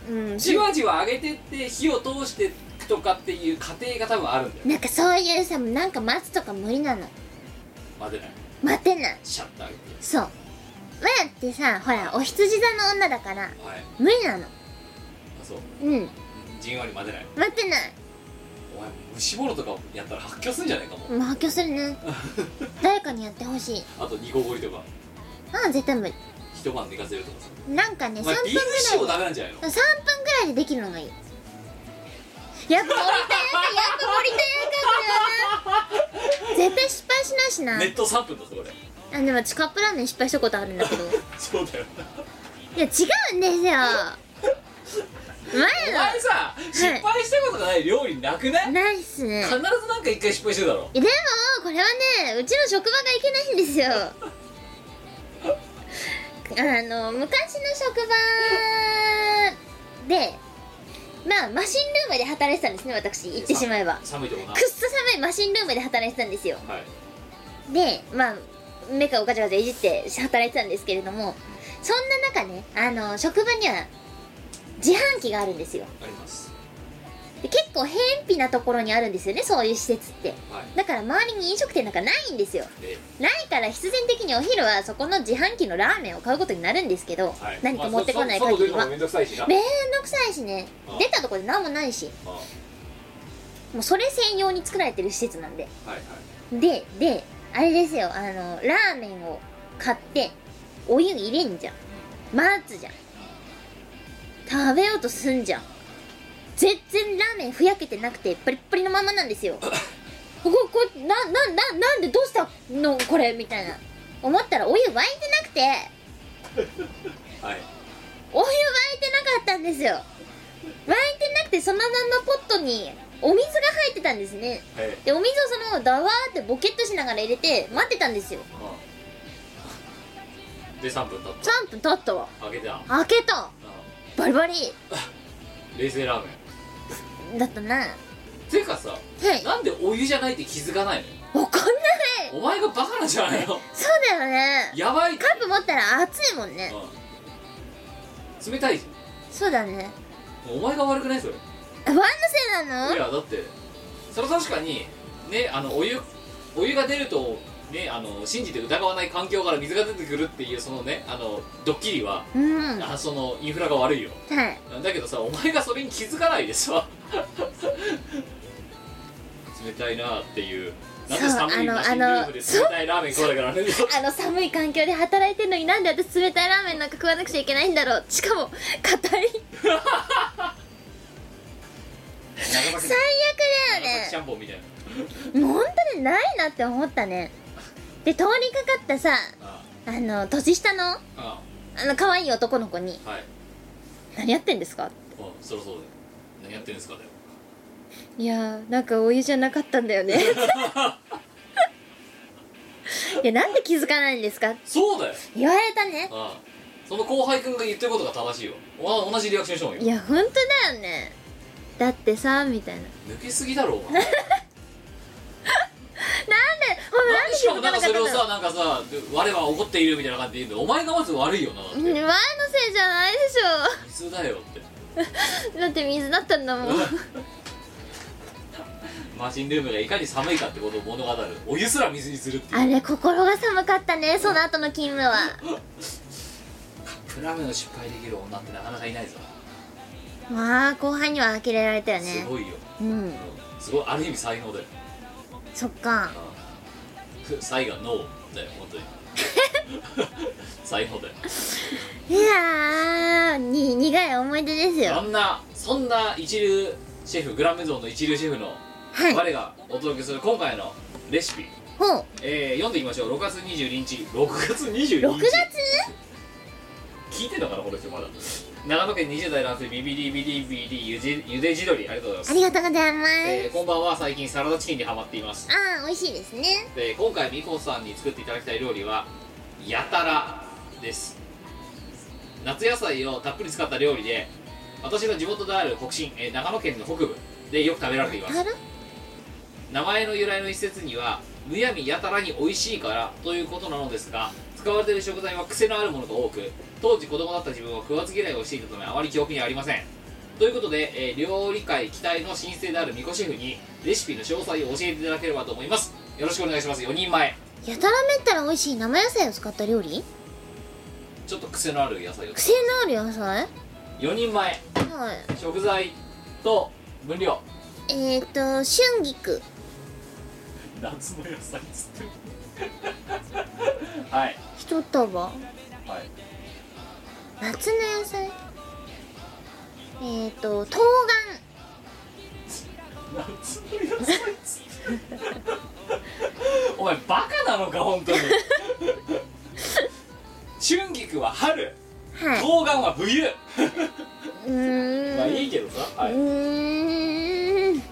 てうん
じわじわ上げてって火を通してくとかっていう過程が多分あるんだよ
なんかそういうさなんか待つとか無理なの
待てない
待てない
シャッと上げて
そうマヤってさほらお羊座の女だから
はい
無理なの
あそう
うん
じんわり待てない
待てない
お前虫ボロとかやったら発狂するんじゃないかもう (laughs)
もう発狂するね誰かにやってほしい
あとニコゴリとか
ああ絶対無理
一晩寝かせるとかさ
なんかね
お
3
前
分
ビーフシ
ぐ
ダ
らい
メなんじゃないの
3分ぐらいでできるのがいいやっぱ森田屋かやっぱ森田屋かだよな絶対失敗しないしな
ネット3分だぞこれ
あでも私カップラーメン失敗したことあるんだけど
そうだよ
いや違うんですよ
お
前
前さ失敗したことがない料理なくない
のないっすね
必ずなんか一回失敗してるだろ
でもこれはねうちの職場がいけないんですよあの昔の職場でまあマシンルームで働いてたんですね私言ってしまえばくっ
寒いとこな
そ寒いマシンルームで働いてたんですよ
はい
でまあメカをガチャガチャいじって働いてたんですけれどもそんな中ねあの職場には自販機があるんですよ
あります
で結構偏僻なところにあるんですよねそういう施設って
はい
だから周りに飲食店なんかないんですよ
で
ないから必然的にお昼はそこの自販機のラーメンを買うことになるんですけど、
はい
何か持ってこない
まあそ
限
外出
り
るの
は
も
めん
めんどくさいしな
どくさいしね
ああ
出たとこで何もないし
あ
もうそれ専用に作られてる施設なんで
はいはい
でであれですよあのラーメンを買ってお湯入れんじゃん待つじゃん食べようとすんじゃん全然ラーメンふやけてなくてパリッパリのままなんですよこここれななななんでどうしたのこれみたいな思ったらお湯沸いてなくて
はい
お湯沸いてなかったんですよ沸いてなくてそのままポットにお水が入ってたんですね
はい
でお水をそのままダワーってボケッとしながら入れて待ってたんですよ
で3分経っ
3分経ったわ
た揚げたあ
開けたバリバリ
冷製ラーメン
だったなは
てかさ
い
なんでお湯じゃないって気づかない
わかんない
のお前がバカなんじゃないの
そうだよね
やばいって
カップ持ったら熱いもんね
うん冷たいじ
そうだね
ゃんお前が悪くないそれ
ワンのせいないの
やだってそれは確かにねあのお湯お湯が出るとねあの信じて疑わない環境から水が出てくるっていうそのねあのドッキリは、
うんは
あそのインフラが悪いよ
い
だけどさお前がそれに気づかないでさ (laughs) 冷たいなあっていうなんで寒い
そうあの
マシンビーフで冷たいラーメン食わなきゃならねえんだよ
あの寒い環境で働いてるのになんで私冷たいラーメンなんか食わなくちゃいけないんだろうしかも硬い
長崎
最
長
悪だ
崎ち
よ
ゃんぽんみたいな
ねもう本当にないなって思ったねで通りかかったさ
あ
あの年下の
あ
あの可愛い男の子に
あはい
「何やってんですか?
あそりゃそうだよ何やってんですかだよ」
いやーなんかお湯じゃなかったんだよ
(laughs)
ねいやなんで気づかないんですか
そうだよ
言われたね
ああその後輩くんが言ってることが正しいよお同じリアクションしたもんよ
いや本当だよねだってさみたいな (laughs) なんで
抜けすぎだろお前
ほら
な
なんん
で
で
し
気
かもな
づか
ん
な
かそ
かった
れ
の
をさなんかさ我は怒っているみたいな感じで言うんだよお前がまず悪いよなだっ
うん前
て
のせいじゃないでし
水だよって
ょだって水だったんだもん
マシンルームがいかに寒いかってことを物語るお湯すら水にするっていう
あれ心が寒かったねその後の勤務は
プラムの失敗できる女ってなかなかいないぞ、
まあ後輩には呆れられたよ
す
ね
ごいよ
うん
うんすごいある意味才能だよ
そっか
うん才が脳だよ本
(laughs)
当に才能だよ
いやーに苦い思い出です
そ
よ
んなそんな一流シェフグランメゾンの一流シェフの
はい
我がお届けする今回のレシピ、
ほう
えー読んでいきましょう6月22日6月22日
6月
聞いてんのかなこの人まだ長野県20代男性ビビリビリビリゆじゆで地鶏ありがとうございま
あ
す
りがとうございま
えー
す
こんばんは最近サラダチキンにハマっています
あー美味しいですね
で今回みこさんに作っていただきたい料理はやたらです夏野菜をたっぷり使った料理で私の地元である北信、えー長野県の北部でよく食べられています
あら
名前の由来の一説にはむやみやたらに美味しいからということなのですが使われている食材は癖のあるものが多く当時子供だった自分は食わず嫌いをしていたためあまり記憶にありませんということで、えー料理界期待の新星であるみこシェフにレシピの詳細を教えていただければと思いますよろしくお願いします4人前
やたらめったら美味しい生野菜を使った料理
ちょっと癖のある野菜を
癖のある野菜
4人前
はい
食材と分量
えっ、ー、と春菊
夏の野菜つってる (laughs) はい
一束
はい
夏の野菜えっ、ー、と冬
夏の野菜っつって (laughs) お前バカなのか本当に春菊は春
瓜はい
冬瓜は冬
うーん
まあいいけどさ、は
う
い、
ーん
冬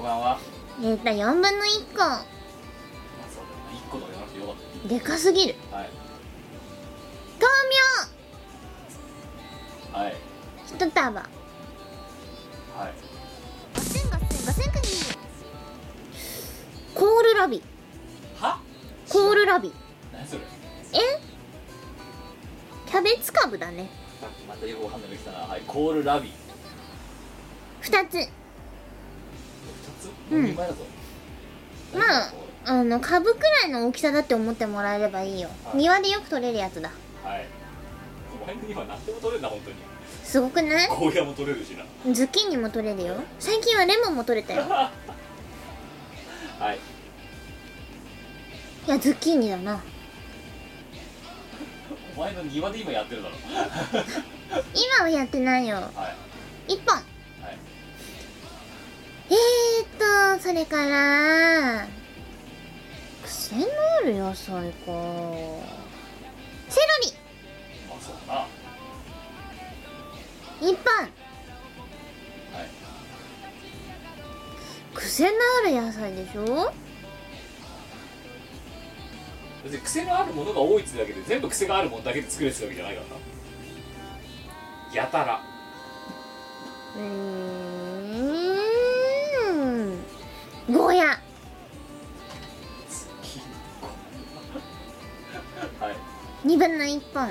瓜は、まあ、
えっ、ー、と4分の1
そうだな1個とかやらなくてよかっ
個でかすぎる
たはいは
豆
い
苗一束
はい
五千五千五千国
コールラビ
は
コールラビ
何それ
えキャベツ株だね
またよくわかんないの来たなはいコールラビ
2つ
2つ
うん
2枚だぞ
まああの株くらいの大きさだって思ってもらえればいいよ
はい
庭でよく取れるやつだ
はいお前の今何でも取れるな本当に
すごくない
ゴーヤも取れるしな (laughs)
ズッキーニも取れるよ最近はレモンも取れたよ
はい
いやズッキーニだな
お前の庭で今やってるだろ (laughs)
今はやってないよ
はい
1本
はい
えーっとそれから癖のある野菜かセ
まあそうだな
ロリ1本
はい
癖のある野菜でしょ
別に癖のあるものが多いってだけで全部癖があるものだけで作れてるわけじゃないからなやたら (laughs)
うーんゴーヤ
はい
2分の1本
は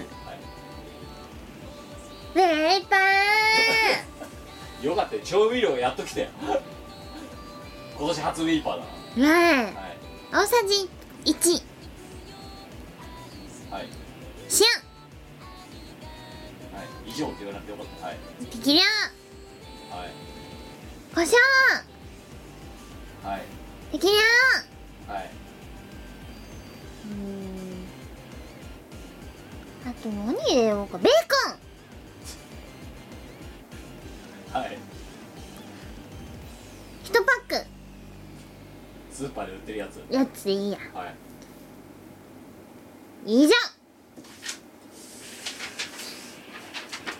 ペーパ
いよかったよ調味料やっときたよ今年初ウィーパーだ
ーね
なはい
え大さじ1
はい
シ
はい以上って言わなくてよかったはい
ャン適量
はい
胡椒
はい
適量
はい、
うーんあと何入れようかベーコン
はい、
1パッ
スーパーで売ってるやつ
ク4つでいいや
はい
以上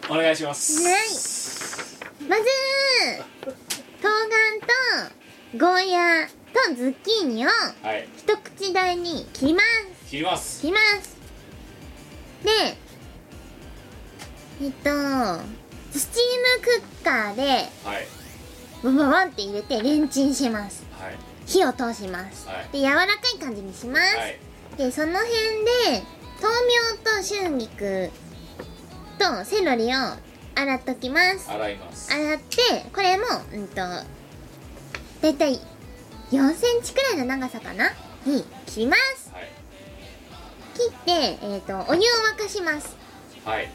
お願いします
まず冬瓜とゴーヤーとズッキーニを
はい
一口大に切ります
切ります
切りますでえっとスチームクッカーで
はい
ボンボンボンって入れてレンチンします
はい
火を通します、
はい
で柔らかい感じにします、
はい
でその辺で豆苗と春菊とセロリを洗っときます
洗います
洗ってこれもうんとだいたい4センチくらいの長さかなに切ります
はい
切って、えー、とお湯を沸かします
はい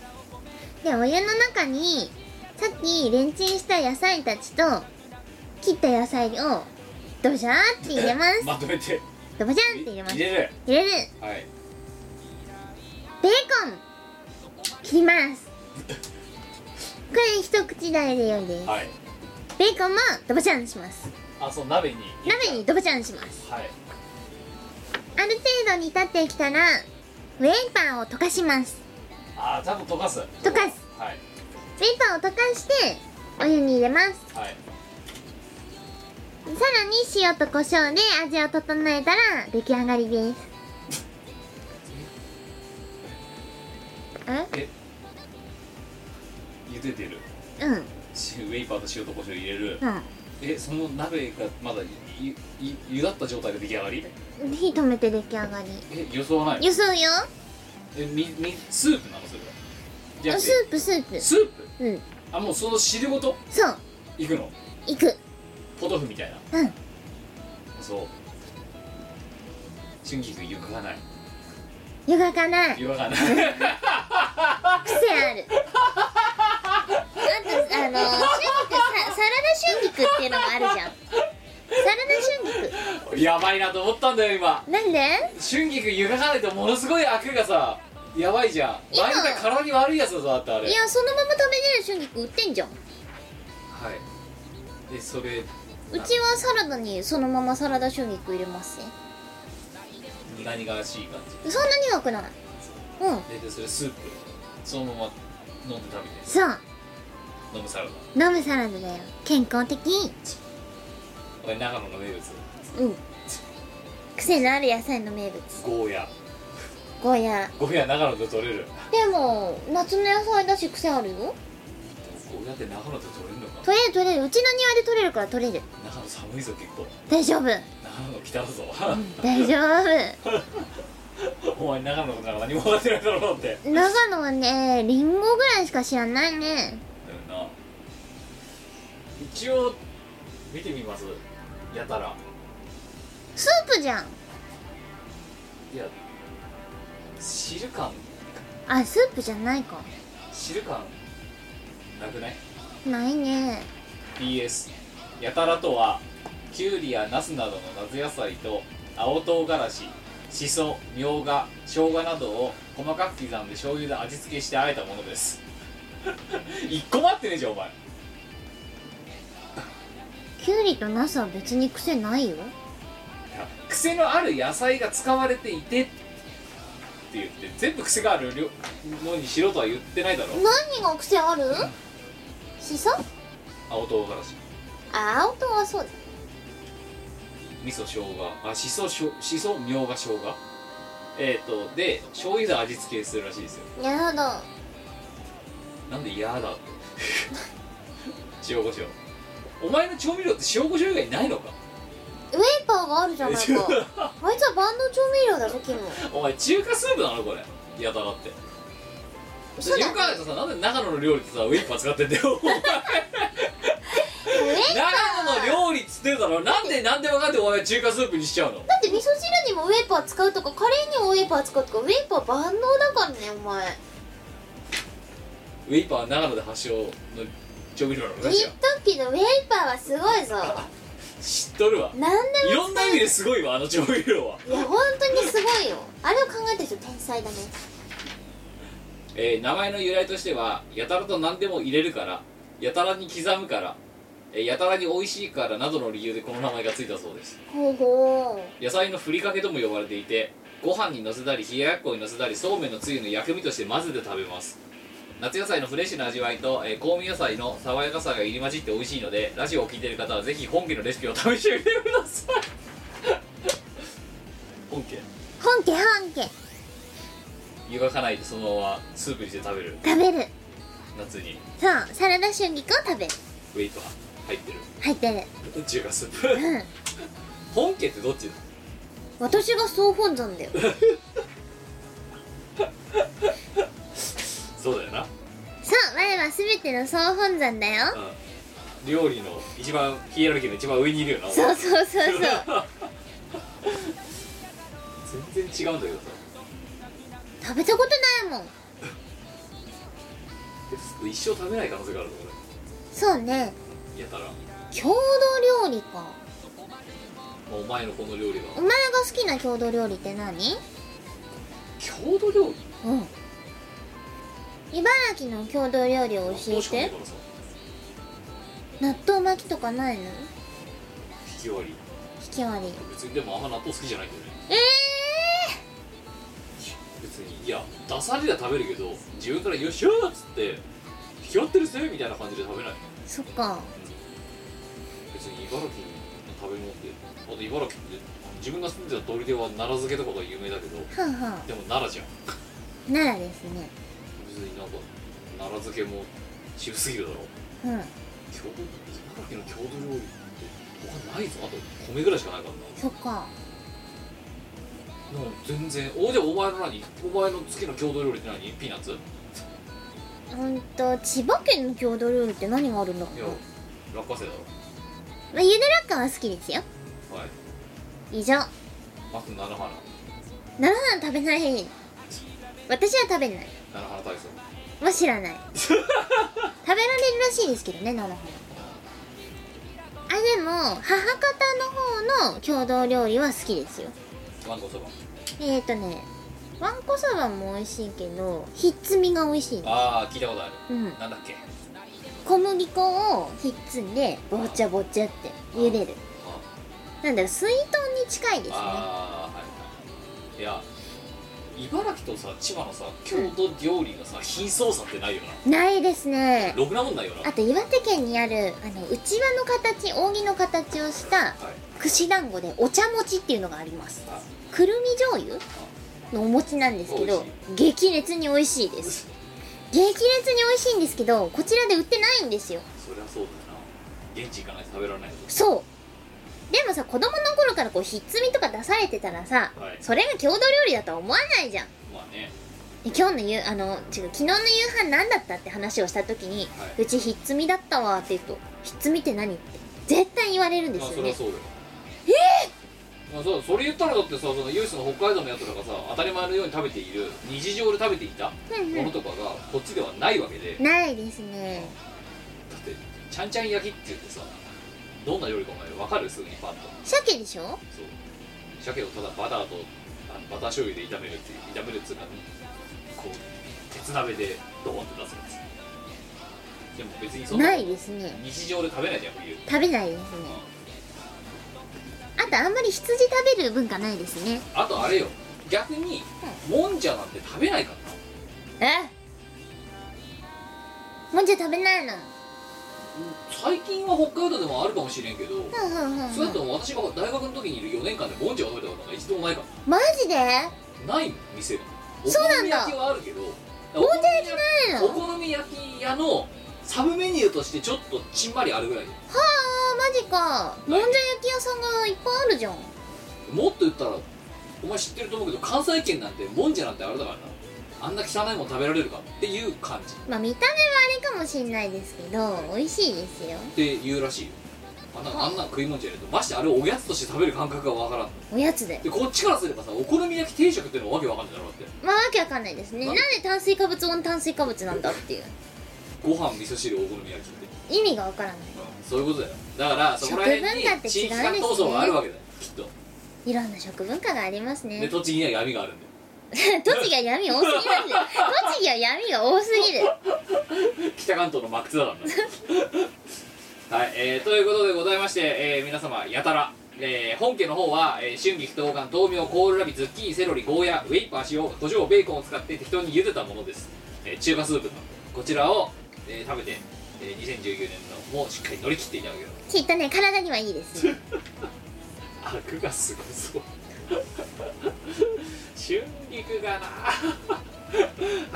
でお湯の中にさっきレンチンした野菜たちと切った野菜をドジャーって入れます
まとめて
ドバジャンって入れます
入れる
入れる
はい
ベーコン切りますこれ一口大で良いです
はい
ベーコンもドバチャンします
あそう鍋に
鍋にドバチャンします
はい
ある程度煮立ってきたらウェイパーを溶かします
あー多分溶かす
溶かす
はい
ウェイパーを溶かしてお湯に入れます
はい
さらに塩と胡椒で味を調えたら出来上がりですえ
茹でてる
うんうん
しウェイパーと塩と胡椒入れるえその鍋がまだいいい湯だった状態で出来上がり
火止めて出来上が
え予想はない
りよそうよ
えみみスープなのそれはじゃなくて
スープスープ
スープ
うん
あもうその汁ごと
そう
いくの
いく
ポトフみたいな
うん
そう春菊ゆくがない
湯がかない
ゆがない
癖あるあとあの春菊さサラダ春菊っていうのもあるじゃんサラダ春
やばい (laughs) なと思ったんだよ今
菊なんで
春菊ゆがかないとものすごい悪がさやばいじゃん
今
場合によっては体に悪いやつだぞだってあれ
いやそのまま食べれる春菊売ってんじゃんう
はいでそれ
ちはサラダにそのままサラダ春菊入れますね
苦々しい感じ
そんな苦くないうん
ででそれスープそのまま飲んで食べて
そう
飲むサラダ
飲むサラダだよ健康的
これ長野の名物
うん癖のある野菜の名物
ゴーヤ
ゴーヤ
ゴーヤ長野で取れる
ーでも夏の野菜だし癖あるよ
ゴーヤって長野で取れるのか
取れる取れるうちの庭で取れるから取れる
な長野寒いぞ結構
大丈夫
長野来たぞ
大丈夫
お前長野から何も分かってないだろうって
長野はねリンゴぐらいしか知らないね
だよな一応見てみますやたら
スープじゃん
いや汁感
あスープじゃないか
汁感なくない
ないね
PS やたらとはきゅうりやナスなどの夏野菜と青唐辛子しそみょうが生姜などを細かく刻んで醤油で味付けしてあえたものです (laughs) 一個待ってねえじゃんお前
きゅうりとナスは別に癖ないよ
癖のある野菜が使われていてって言って全部癖がある料ものにしろとは言ってないだろ
何が癖あるしそ
青唐辛子
あ青唐はそうだ
味噌生姜あしそしょしそみょうが生姜えっ、とで醤油で味付けするらしいですよ
なるほ
なんで嫌だって (laughs) 塩コショウお前の調味料って塩コショウ以外ないのか
どウェイパーがあるじゃない
(laughs)
かあいつは万能調味料だぞキム
お前中華スープなのこれやたらって
そうだ
よく考えたらさなんで長野の料理ってさウェイパー使ってんだよ
(laughs)
お前
ウェイパー
長野の料理っつってるだろなんでなんで分かってお前中華スープにしちゃうの
だって味噌汁にもウェーパー使うとかカレーにもウェーパー使うとかウェーパー万能だからねお前
ウェイパーは長野で発祥の調味料なの
言
か
っ
しら
とくけどウェーパーはすご
(laughs)
いぞ
知っとるわ
なんで
いろんな意味ですごいわあの調味料は
もいや本当にすごいよあれを考えた人天才だね
えー名前の由来としてはやたらと何でも入れるからやたらに刻むから、えーやたらに美味しいからなどの理由でこの名前がついたそうです
ほうほ
野菜のふりかけとも呼ばれていてご飯にのせたり冷ややっこにのせたりそうめんのつゆの薬味として混ぜて食べます夏野菜のフレッシュな味わいと、えー香味野菜の爽やかさが入り混じって美味しいのでラジオを聴いている方はぜひ本家のレシピを試してみてください本家
う本家本家
湯がかないとそのままスープにして食べる
食べる
夏に
そうサラダ春菊を食べる
ウェイパー入ってる
入ってる
中華スープ
うん
本家ってどっちだ
私が総本山だよ
そうだよな、
そう我は全ての総本山だよ
うん、料理の一番ヒエラルキーの一番上にいるよな
そうそうそうそう
全然違うんだけどさ
食べたことないもん
一生食べない可能性があるぞこ
そうね
れやったらも
郷土料理か
うお前のこの料理は
お前が好きな郷土料理って何
郷土料理
うん茨城の郷土料理を教
も
え
しかない
て
からさ
納豆巻きとかないの
引き割り
引き割り
別にでもあんま納豆好きじゃないけどね
え
別にいや出されりゃ食べるけど自分から「よっしゃ!」っつって「引き割ってるぜ!」みたいな感じで食べない
ー、そっか
別に茨城の食べ物ってあと茨城って自分が住んでた通りでは奈良漬けとかが有名だけど
はんはん
でも奈良じゃん
奈良ですね
別になんか奈良漬けも渋すぎるだろ
うん
郷土茨城の郷土料理って他ないぞあと米ぐらいしかないから
そっか
なもう全然おじゃあお前の何お前の好きな郷土料理って何ピーナッツい
うんと千葉県の郷土料理って何があるんだろう
や
な、
落花生だ
まあ、ゆでらっかんは好きですよ
ろはい
以上
松菜の花
奈良飯食べない私は食べない
菜の花体操
もう知らない
(laughs)
食べられるらしいですけどね菜の花あでも母方の方の郷土料理は好きですよ
わんこそば
えーとねわんこそばも美味しいけどひっつみが美味しいの
ああ聞いたことある
うん
なんだっけ
小麦粉をひっつんでぼちゃぼちゃって茹でるなんだろう水豚に近いですね
ああはいはいいや茨城とさ千葉のさ郷土料理のさ貧相さってないよな
ないですね
ろくなもんないよな
あと岩手県にあるあのうちわの形扇の形をした
はい
串団子でお茶餅っていうのがあります
あ
くるみ醤油のお餅なんですけど激烈に美味しいです激烈に美味しいんですけどこちらで売ってないんですよ
そりゃそうだよな現地行かないと食べられないぞ
そうでもさ子供の頃からこうひっつみとか出されてたらさ、
はい
それが郷土料理だとは思わないじゃん
まあね
で今日の夕あの違う昨日の夕飯何だったって話をした時に、
はいう
ちひっつみだったわって言うとひっつみって何って絶対言われるんで
まあ
す
そ
よ
り
ね
ゃそうだよえまあ、そうそれ言ったらだってさその唯一の北海道のやつらがさ当たり前のように食べている日常で食べていた
うん
ものとかがこっちではないわけで
うんないですね
だってちゃんちゃん焼きって言ってさどんな料理かお前分かるすぐにパッと
鮭でしょ
そう鮭をただバターとあのバター醤油で炒めるっていう炒めるっつうかこう鉄鍋でドーンって出すやつでも別にその
ないですね
日常で食べないじゃん冬
食べないですねあとあんまり羊食べる文化ないですね
あとあれよ逆にもんじゃなんて食べないからな
えもんじゃ食べないの
最近は北海道でもあるかもしれんけど、
うんうんうん
そうやって
うん
も私が大学の時にいる4年間でボンジャを食べたことが一度もないか
マジで
らない店が
そうなん
お
だ
好み焼きはあるけど
もんじゃ焼きないの
お好み焼き屋のサブメニューとしてちょっとちんまりあるぐらいで
はあマジかもんじゃ焼き屋さんがいっぱいあるじゃん
もっと言ったらお前知ってると思うけど関西圏なんてもんじゃなんてあれだからなあんな汚いもん食べられるかっていう感じっ
まあ見た目はあれかもしんないですけど美味しいですよ
ていうらしいよあんなあんなん食いもんじゃねえとましてあれをおやつとして食べる感覚がわからん
おやつで
でこっちからすればさお好み焼き定食ってのはわけわかんないだろだって
まあわけわかんないですね
ま
な
あ
んで炭水化物オン炭水化物なんだっていう
ご飯味噌汁お好み焼きって、
意味がわからない
うんそういうことだよだからそこら辺
食文化って違うんで
に
すね
地域間闘争があるわけだよきっと
いろんな食文化があります
で
ね
栃木には闇があるんだよ
(laughs) 栃木は闇多すぎなんだよ栃木は闇が多すぎる
北関東のマックスだからな (laughs) はい、えーということでございまして、えー皆様やたら、えー本家の方は、えー春菊冬瓜豆苗コールラビズッキーニセロリゴーヤウェイパー塩胡椒ベーコンを使って適当に茹でたものです、えー中華スープなのでこちらを、えー食べて、えー2019年のもうしっかり乗り切っていただければ
きっとね体にはいいですね
悪がすごそう (laughs) 春菊がな (laughs)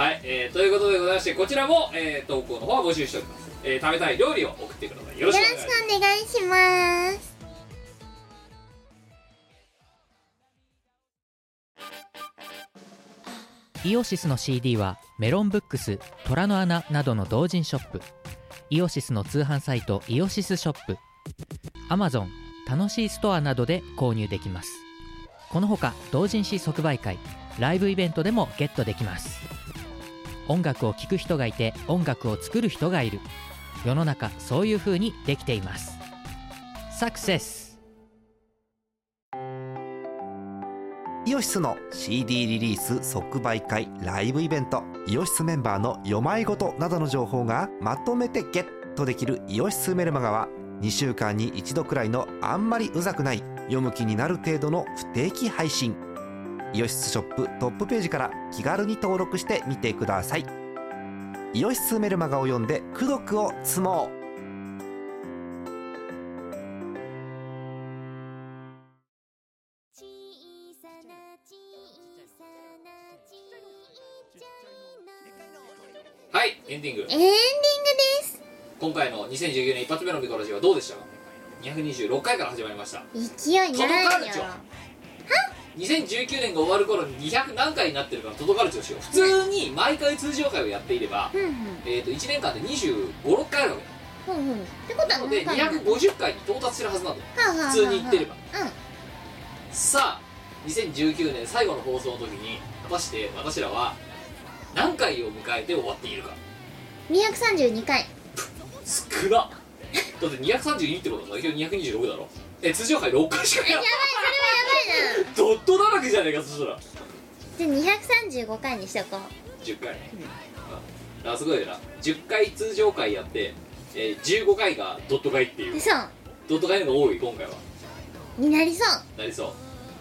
はい、えーということでございましてこちらも、えー投稿の方は募集しております、えー食べたい料理を送ってくださいよろ
よろ
しくお願いします
しくお願いします
イオシスの CD はメロンブックス虎の穴などの同人ショップイオシスの通販サイトイオシスショップ Amazon 楽しいストアなどで購入できますこのほか同人誌即売会ライブイベントでもゲットできます音楽を聴く人がいて音楽を作る人がいる世の中そういう風にできていますサクセス
イオシスの CD リリース即売会ライブイベントイオシスメンバーの読まいごとなどの情報がまとめてゲットできる「イオシスメルマガ」は2週間に1度くらいのあんまりうざくない読む気になる程度の不定期配信イオシスショップトップページから気軽に登録してみてくださいイオシスメルマガを読んで「功徳を積もう」
小さな小さなちっちゃいの
はいエンディング
エンディングです
今回の2019年一発目のミコラジはどうでしたか226回から始まりました
勢い
届
ない
かる
よ
ちょ2019年が終わる頃に200何回になってるから届かるちょしよう普通に毎回通常回をやっていれば、
ふん
えー、と1年間で256回あるわ
ふんふんふんってこと
け
は
なので
何回も
250回に到達するはずなんだよ
はあはあはあ
普通に言ってれば
うん
さあ2019年最後の放送の時に果たして私らは何回を迎えて終わっているか
232回
少なだって232ってことは今日226だろえ通常回6回しかやらない
や
ドットだらけじゃねえかそしたら
ばいなじゃあ235回にしとこう
10回ね、ああすごいよな10回通常回やって、えー、15回がドット回っていう
嘘
ドット回の方が多い今回は
になりそう
なりそう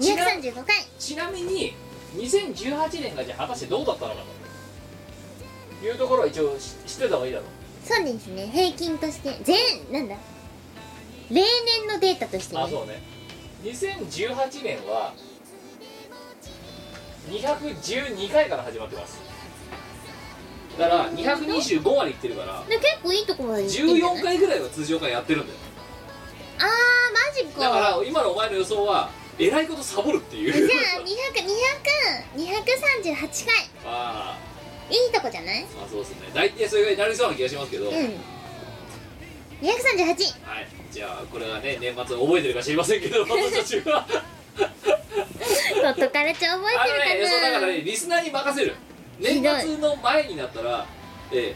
ちな
235回
ちなみに2018年がじゃあ果たしてどうだったのかというところは一応し知ってた方がいいだろう
そうですね平均として全なんだ例年のデータとしてね
あそうね2018年は212回から始まってますだから225までいってるから
で結構いいとこまで行ってんじゃない
14回ぐらいは通常回やってるんだよ
あーマジか
だから今のお前の予想はえらいことサボるっていう
じゃあ200200 238回
(laughs) あ
いいとこじゃない
ーまあそうですね大体それぐらいになりそうな気がしますけど、
うん
はい
238
(laughs) じゃあこれはね年末覚えてるか知りませんけど私たちは
ドットカルチャー覚
あの
えて
ね
る
そうだ
か
か
な
らねリスナーに任せる
ひど
年
い
末の前になったらええ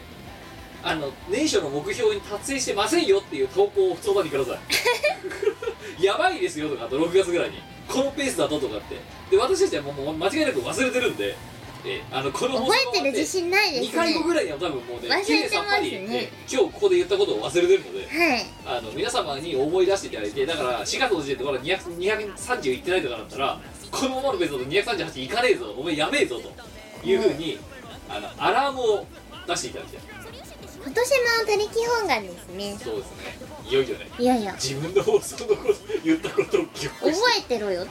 あの年初の目標に達成してませんよっていう投稿を普通までくださ
(laughs)
いやばいですよとかあと6月ぐらいにこのペースだととかってで私たちはもうもう間違いなく忘れてるんで、ええあのこの放送
覚えてる自信ないで
2
すねは
回
い
後ぐらいには多分もうね
忘れてますね
さっぱり、今日ここで言ったことを忘れてるのであの皆様に思い出していただいてだから4月の時点でまだ200 230いってないとかだったらこのままのペースだと238いかねえぞお前やべえぞというふうに、あのアラームを出していただきたい
今年も他力本願ですね
そうですねいよいよね
いやいや
自分の放送のこと言ったことを記憶
覚
して
えてろよ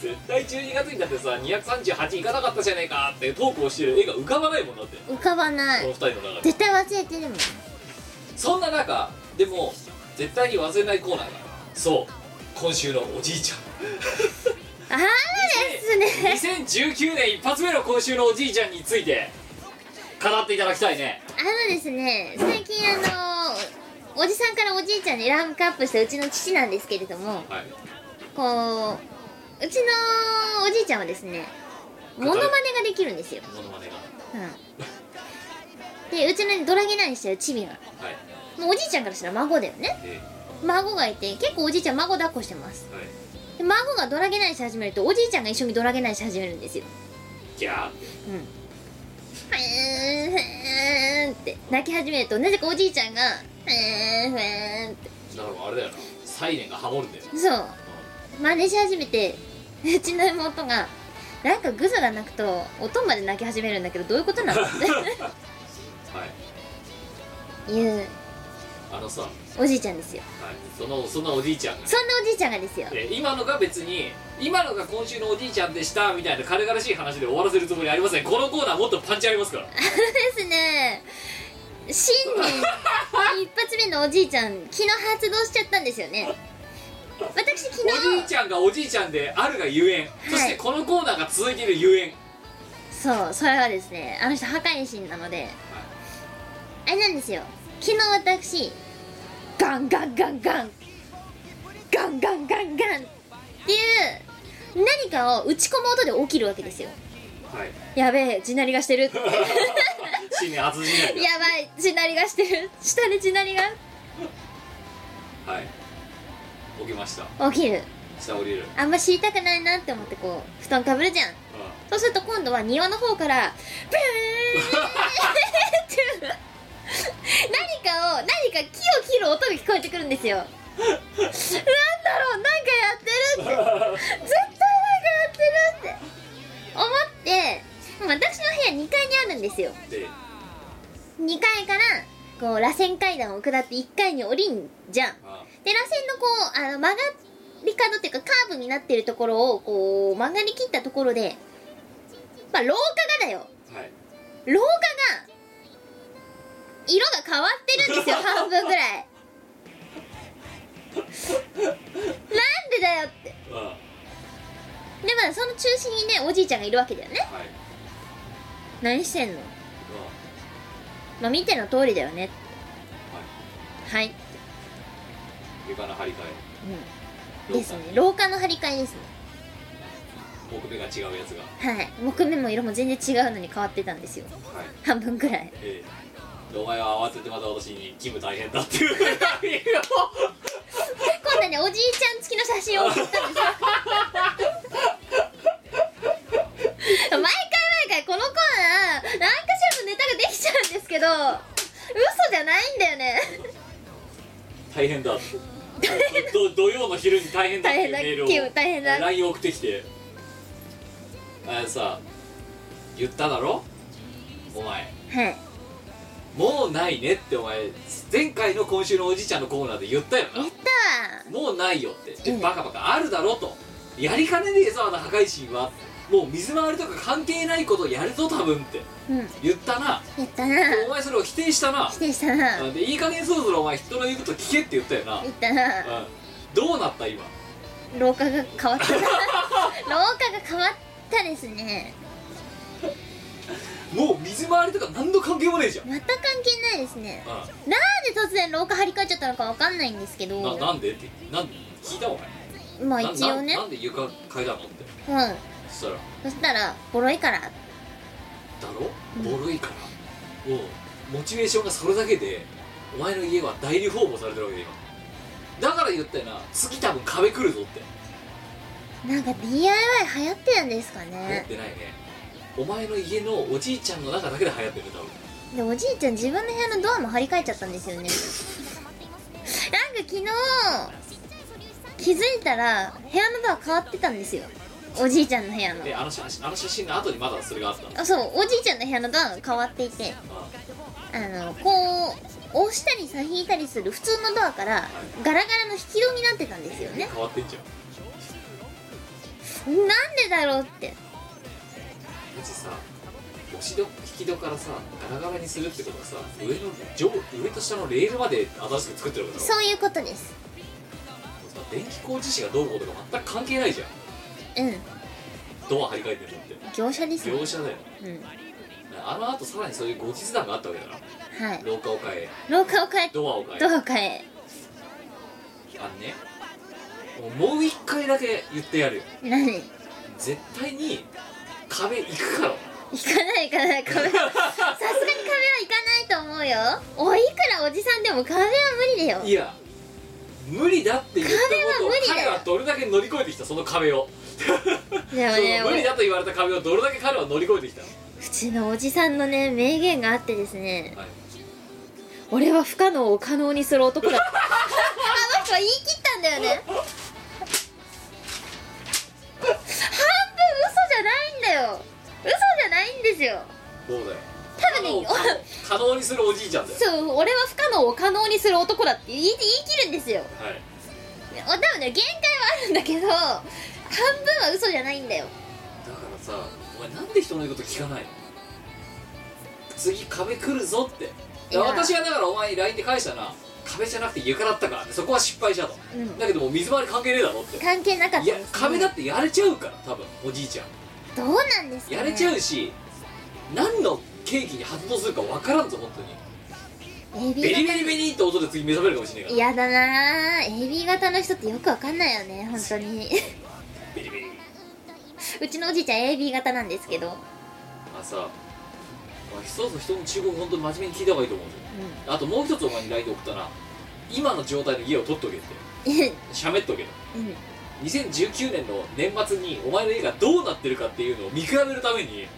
絶対12月になってさ238いかなかったじゃねえかってトークをしてる絵が浮かばないもんだって
浮かばな
この2
い
人の中で
絶対忘れてるもん
そんな中でも絶対に忘れないコーナーがそう今週のおじいちゃ
ああです
ん
(laughs) ね
2019年一発目の今週のおじいちゃんについて語っていただきたいね
あのですね最近あのおじさんからおじいちゃんにランクアップしたうちの父なんですけれども
はい
こううちのおじいちゃんはですねモノマネができるんですよ、
モノマネがは
うん、でうちのドラゲナにしてるチビが
い
もうおじいちゃんからしたら孫だよね
で
孫がいて結構おじいちゃん孫抱っこしてます
はい
で孫がドラゲナにし始めるとおじいちゃんが一緒にドラゲナにし始めるんですよ
ギャー
うんふーんふーんって泣き始めるとなぜかおじいちゃんがふーんふーんって
だからあれだよなサイレンがハモるんだよ
そう真似し始めてうちの妹がなんかグズが泣くと音まで泣き始めるんだけどどういうことなのって
はい
いう
あのさ、はい、
おじいちゃんですよ
そのそんなおじいちゃんが
そんなおじいちゃんがですよ
え今のが別に今のが今週のおじいちゃんでしたみたいな軽々しい話で終わらせるつもりありませんこのコーナーもっとパンチありますから
ですね新年一発目のおじいちゃん昨日発動しちゃったんですよね私昨日
おじいちゃんがおじいちゃんであるがゆえん、そしてこのコーナーが続いているゆえん
そうそれはですねあの人破壊神なのであれなんですよ昨日私ガンガンガンガンガンガンガンガンっていう何かを打ち込む音で起きるわけですよ
はい
やべえ地鳴りがしてるって
新年初時代 (laughs)
やばい地鳴りがしてる下で地鳴りが
がはい起きました
起きる
下降りる、
あんま知りたくないなって思ってこう布団かぶるじゃん
う
そうすると今度は庭の方からブーンっていう何かを何か木を切る音が聞こえてくるんですよなんだろうなんかやってるって絶対なんかやってるって思って私の部屋2階にあるんですよ
ん、で
2階からこう螺旋階段を下って1階に降りんじゃん
あ
で螺旋のこうあの曲がり角っていうかカーブになってるところをこう曲がりきったところでまあ廊下がだよ
はい
廊下が色が変わってるん (laughs) ですよ半分ぐらいなんでだよって
うんは
でまあその中心にねおじいちゃんがいるわけだよね
い
何してんのまあ見ての通りだよねはい、
うん床の張り替
う
え
ん、ですね廊下の張り替えですね
木目が違うやつが
はい木目も色も全然違うのに変わってたんですよ
はい
半分ぐらい
ええでお前は慌ててまた私に「キム大変だ」
(laughs)
っていう
今度ねおじいちゃん付きの写真を送ったんですよ毎回毎回このコーナー何かしらのネタができちゃうんですけど嘘じゃないんだよね
大変だってど土曜の昼に大変だっていうメ
大変だ
ールを
大変だ
LINE 送ってきてあれさ言っただろお前
はい
もうないねってお前前回の今週のおじいちゃんのコーナーで言ったよな
言ったわ
もうないよってで
うん
バカバカあるだろとやりかねねえぞあの破壊神はもう水回りとか関係ないことをやるぞ多分って
うん
言ったな
言ったな
お前それを否定したな
否定したな
うんでいい加減そろそろお前人の言うこと聞けって言ったよな、
言ったな
うんどうなった今
廊下が変わった廊下が変わったですね
もう水回りとか何の関係もねえじゃん、
また関係ないですねなんで突然廊下張り替えちゃったのかわかんないんですけ
う
ど
ん、ななんでってなん聞いたお前
まあ
な
一応ね
ななんで床階段のって
うん
そしたら
そしたらボロいから
だろボロいからもうモチベーションがそれだけでお前の家は代理訪問されてるわけで今だから言ったよな次多分壁来るぞって
なんか DIY 流行ってるんですか
思っ
ね
てないねお前の家のおじいちゃんの中だけで流行ってるね多分
でおじいちゃん自分の部屋のドアも張り替えちゃったんですよねなんか昨日気づいたら部屋のドア変わってたんですよおじいちゃんの部屋の
であの写真あの写真の後にまだそれがあった
あそうおじいちゃんの部屋のドアが変わっていて
あ
あのこう押したりさ引いたりする普通のドアからガラガラの引き戸になってたんですよね
変わってんじゃん
なんでだろうっ
う
て
ちさ押し戸引き戸からさガラガラにするってことはさ上の上上と下のレールまで新しく作ってるわけだろ
そういうことです
さ電気工事士がどうこうとか全く関係ないじゃん
うん
ドア張り替えてるのって
業者ですね
業者だよ
うん
あのあとさらにそういう後日談があったわけだな
ははい
廊下を変え
廊下を変え
ドアを変え
ドアを変え
あんねもうもう一回だけ言ってやるよ
何行
絶対に壁行くから
かない行かない壁はさすがに壁は行かないと思うよおいくらおじさんでも壁は無理だよ
いや無理だって言ったことを
壁は無理だ
彼
よ
はどれだけ乗り越えてきたその壁を
でもね
その無理
俺
だと言われた壁をどれだけ彼は乗り越えてきたの
うちのおじさんのね名言があってですね
はい
俺は不可能を可能にする男だあの人は言い切ったんだよね半分嘘じゃないんだよ嘘じゃないんですよ
そうだよ
多分ね
可能可能にするおじいちゃんだよ
そう俺は不可能を可能にする男だって言い言い切るんですよ
はい
お多分ね限界はあるんだけど半分は嘘じゃないんだよ
だからさお前なんで人の言うこと聞かないの次壁来るぞって
いや
私がだからお前に LINE で返したな壁じゃなくて床だったからってそこは失敗したと、
うん
だけどもう水回り関係ねえだろ
(laughs)
って
関係なかった
いや
です
壁だってやれちゃうから多分おじいちゃん
どうなんですか、ね、
やれちゃうし何のケーキに発動するかわからんぞ本当に
エビ
ベリ
型
ベリベリって音で次目覚めるかもしれないから
嫌だなぁ AB 型の人ってよくわかんないよね本
(laughs)
当に
ベリベリ
うちのおじいちゃん AB 型なんですけど、
あさまあ一つ人の忠告本当に真面目に聞いた方がいいと思うんですよあともう一つお前に LINE で送ったな今の状態の家を取っとけって
う
喋っとけと
んうん
2019年の年末にお前の家がどうなってるかっていうのを見比べるために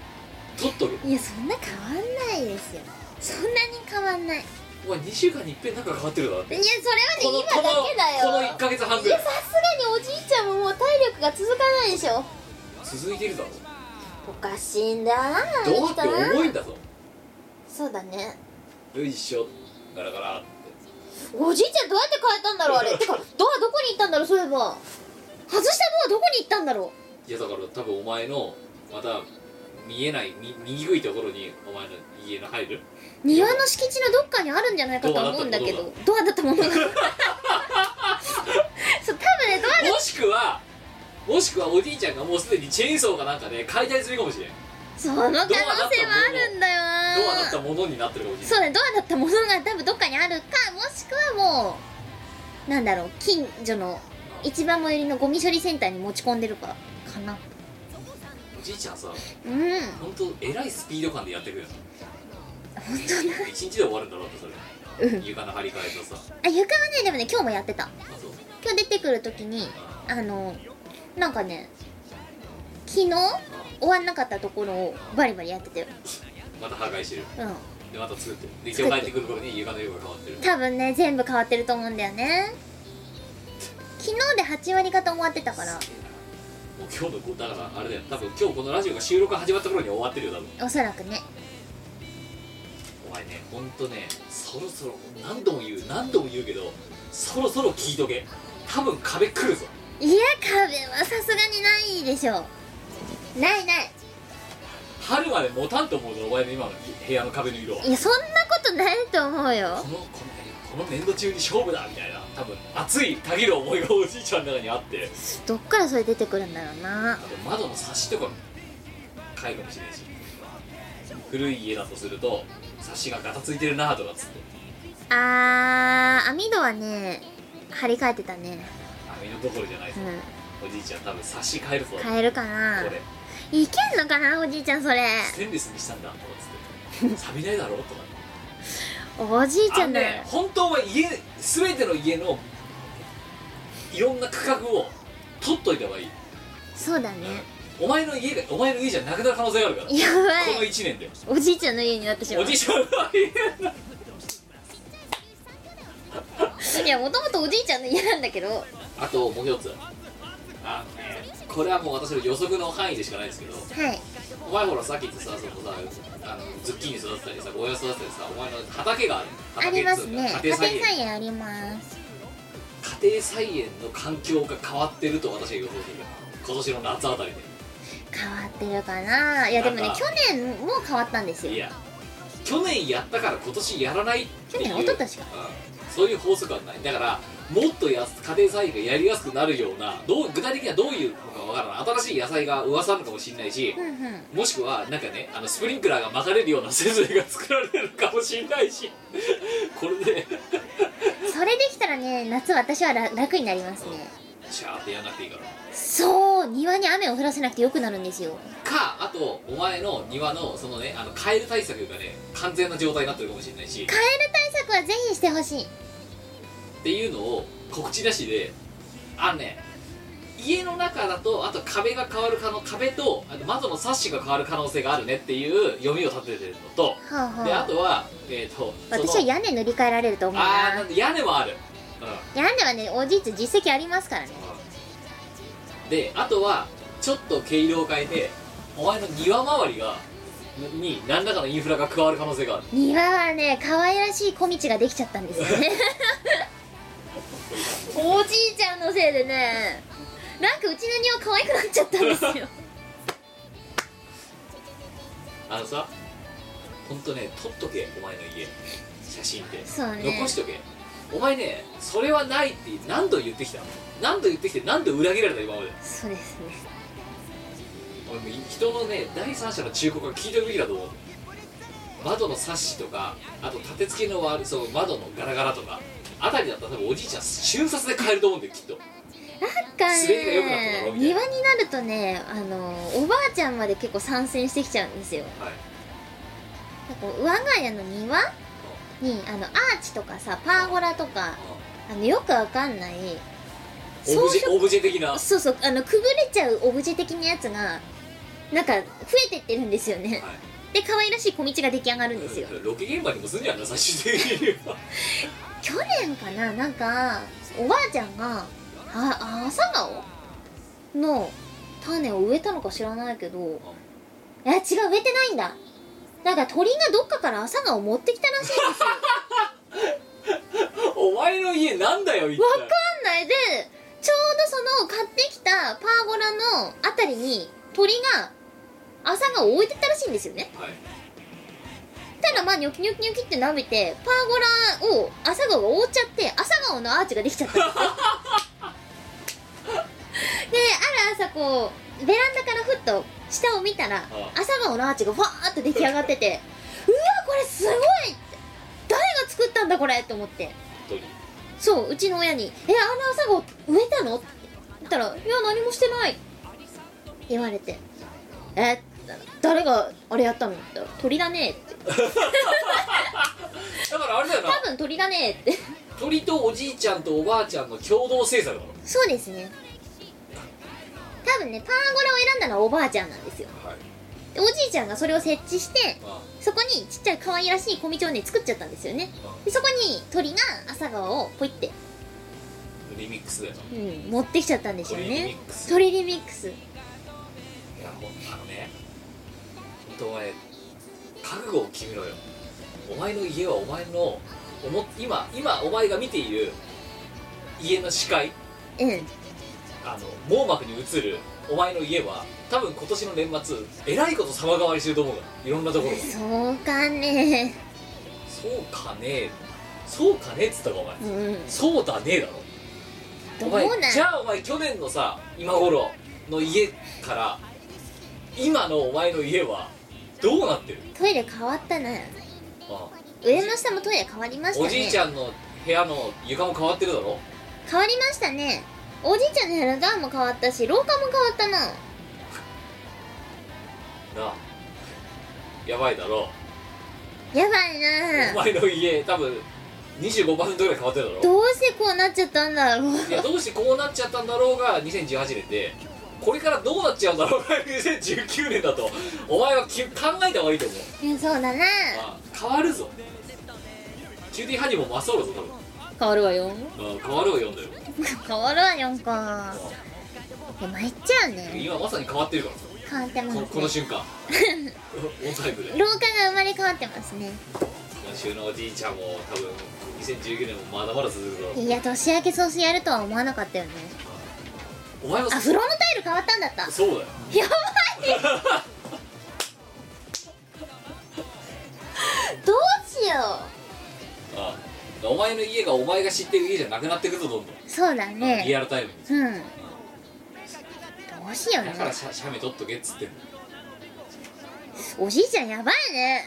取っとけ
いやそんな変わんないですよそんなに変わんないいや
お前2週間に一遍なんか変わってるだろっ
そ
て
れはね
この
今だけだ
このこの
よ
1ヶ月半
い
ぐら
や
い
さすがにおじいちゃんももう体力が続かないでしょ
続いてるだろ
おかしいんだなぁ
どうっ
あ
て
の人な
重いんだぞ
そうだね
よいしょガラガラって
おじいちゃんどうやって変えたんだろうあれてかドアどこに行ったんだろうそういえば外したドアどこに行ったんだろ
いやだから多分お前のまた見えないみ見にくいところにお前の家の入る
う庭の敷地のどっかにあるんじゃないかとは思うんだけどドアだったものがそう多分ねドアだ
もしくはもしくはおじいちゃんがもうすでにチェーンソーかなんかで解体するかもしれん
その可能性はあるんだよ
ド
な
アだったものになってるかもしれん
そうねドアだったものが多分どっかにあるかもしくはもうなんだろう近所の一番最寄りのゴミ処理センターに持ち込んでるかかな
おじいちゃんさ
うん本
本当えらいスピード感でやってくるよな
当だ
一日で終わるんだろうってそれ、
うん
床の張り替えとさ
あ床はねでもね今日もやってた
あそう
今日出てくる時に
あ
あのなんかね昨日
あ
終わんなかったところをバリバリやってたよ
また破壊してる
うん
でまた作ってるで
作っ
今
て
日帰ってくる頃に床の色が変わってる
多分ね全部変わってると思うんだよね昨日で8割方終わってたから
もう今日のこうだからあれだよ多分今日このラジオが収録始まった頃には終わってるよ多分
おそらくね
お前ねほんとねそろそろ何度も言う何度も言うけどそろそろ聞いとけ多分壁来るぞ
いや壁はさすがにないでしょうないない
春まで持たんと思うぞお前の今の部屋の壁の色はい
やそんなことないと思うよ
このこのこの年度中に勝負だみたいな多分熱いたぎる思いがおじいちゃんの中にあって
どっからそれ出てくるんだろうな
あと窓の差しとかも買えるかもしれないし古い家だとすると差しがガタついてるなとかっつって
あー網戸はね張り替えてたね
網のところじゃないぞ、
う
おじいちゃん多分差し変えるぞ
ん
こ
買えるかな
れ
いけんのかなおじいちゃんそれ
ステンレスにしたんだとかっつって錆びないだろうとか
おじいち
あ
ゃ
の
んだ
ね
よ
本当は家全ての家のいろんな区画を取っといた方がいい、
そうだね
お前の家がお前の家じゃなくなる可能性があるからこ
や
の
ばい
1年で
おじいちゃんの家になってしま
お
う
じいちゃんの家の
いやもともとおじいちゃんの家なんだけど
あともう一つあのねこれはもう私の予測の範囲でしかないですけど
はい
お前ほらさっき言ってさそのさあのズッキーニ育てたりさゴーヤ育てたりさお前の畑がある
あ
畑
りますね
家
家庭
庭菜園
菜園あります
家庭菜園の環境が変わってると私は予想する今年の夏あたり
変わってるかないやでもね
なんか
去年も変わったんです
でい
よ
や去年やったから今年やらないっていう
去年一昨年か
うんそういう法則はないだからもっとやす家庭菜園がやりやすくなるようなどう具体的にはどういうのかわからない新しい野菜が噂なのかもしれないし
う、んうん
もしくはなんかねあのスプリンクラーが巻かれるような設備が作られるかもしれないし (laughs) これで
それできたらね夏私はら楽になりますね
シャーってやんなくていいから
そう庭に雨を降らせなくてよくなるんですよ
かあとお前の庭のそのねあのカエル対策がね完全な状態になってるかもしれないし
カエル対策はぜひしてほしい
っていうのを告知なしであのね家の中だとあと壁が変わる可能壁とあと窓のサッシが変わる可能性があるねっていう読みを立ててるのと
はあ
であ
はあ
とはえっ、とその
私は屋根塗り替えられると思う
あーな
なん
だ屋根もあるうん
屋根はねおじいち実績ありますからね
であとはちょっと毛色を変えてお前の庭周りがに何らかのインフラが加わる可能性がある
庭はね可愛らしい小道ができちゃったんです
(laughs)
よねおじいちゃんのせいでねなんかうちの庭可愛くなっちゃったんですよ
あのさほんとね撮っとけお前の家写真って
そうね
残しとけお前ねそれはないって何度言ってきた何度言ってきて何度裏切られた今まで
そうですね
俺もう人のね第三者の忠告は聞いてるべきだと思う窓のサッシとかあと立て付けの悪いそう窓のガラガラとかあたりだったら多分おじいちゃん瞬殺で変えると思うんだよきっと
なんか
滑りが良くなっただろ
ね
うみたいな
庭になるとねあのおばあちゃんまで結構参戦してきちゃうんですよ
はい
なんか我が家の庭にあのアーチとかさパーゴラとかあのよくわかんない
オブジ
装
ェオブジェ的な、
飾
はい、
そうそうあのくぐれちゃうオブジェ的なやつがなんか増えてってるんですよねで可愛らしい小道が出来上がる
(laughs)
んですよ
ロケ現場にもすんじゃんな最終的には (laughs)
去年かななんかおばあちゃんがあ朝顔の種を植えたのか知らないけどいや違う植えてないんだなんか鳥がどっかから朝顔を持ってきたらしいんですよ
お前の家なんだよ一体
わかんないでちょうどその買ってきたパーゴラのあたりに鳥が朝顔を置いてったらしいんですよね
はい
ただまあニョキニョキニョキって舐めてパーゴラを朝顔が覆っちゃって朝顔のアーチができちゃったん
(laughs)
ですよである朝こうベランダからふっと下を見たら
あ
朝顔のアーチがファーっと出来上がっててうわこれすごいって誰が作ったんだこれと思って
本
そううちの親に「えあの朝顔植えたの?」って言ったら「いや何もしてない」言われて「えって言ったら誰があれやったの?」って言ったら「鳥だね」って
当にだからあれだよな
多分鳥だねって
鳥とおじいちゃんとおばあちゃんの共同制作だろ
そうですね多分ねパーゴラを選んだのはおばあちゃんなんですよ
はい
でおじいちゃんがそれを設置して
あ
そこにちっちゃい可愛らしい小道をね作っちゃったんですよね
あ
でそこに鳥が朝顔をポイって、
リミックスだよな
うん、持ってきちゃったんですよ
鳥リミ
ね
ックス
鳥リミックス
いやほんあのねほんとお前覚悟を決めろよお前の家はお前の思っ今今お前が見ている家の視界
うん
あの網膜に映るお前の家は多分今年の年末えらいこと様変わりしてると思うからいろんなところが
そうかね
そうかねそうかねっつったかお前
うん
そうだねえだろ
ど
お
うなん
前じゃあお前去年のさ今頃の家から今のお前の家はどうなってる
トイレ変わったな
あ
上も下もトイレ変わりましたね
おじいちゃんの部屋の床も変わってるだろ
変わりましたねおじいちゃんの部屋の段も変わったし廊下も変わったな
なあやばいだろ
やばいな
お前の家多分25%ぐらい変わってるだろ
どうしてこうなっちゃったんだろう
いやどうしてこうなっちゃったんだろうが2018年でこれからどうなっちゃうんだろうが2019年だとお前はき考えた方がいいと思う
いやそうだな
あ変わるぞキューティーハニーもマそうろぞ多
変わるわよ
分あ変わるを読んだよ
変わるわよんかいや参っちゃうね
今まさに変わってるから
変わってます
この
ね
この瞬
(laughs)
間オンタイムで
廊下が生まれ変わってますね
今週のおじいちゃんも多分2019年もまだまだ続くぞ
いや年明け早々やるとは思わなかったよね
お前も
あフロムタイル変わったんだった
そうだよ
やばい
(laughs)
どうしよ
あお前の家がお前が知ってる家じゃなくなってくるぞどんどん
そうだ
リ
ね
アルタイムに
うんどうしよう
だから
ね
写写メ撮っとけっつってんの
おじいちゃんやばいね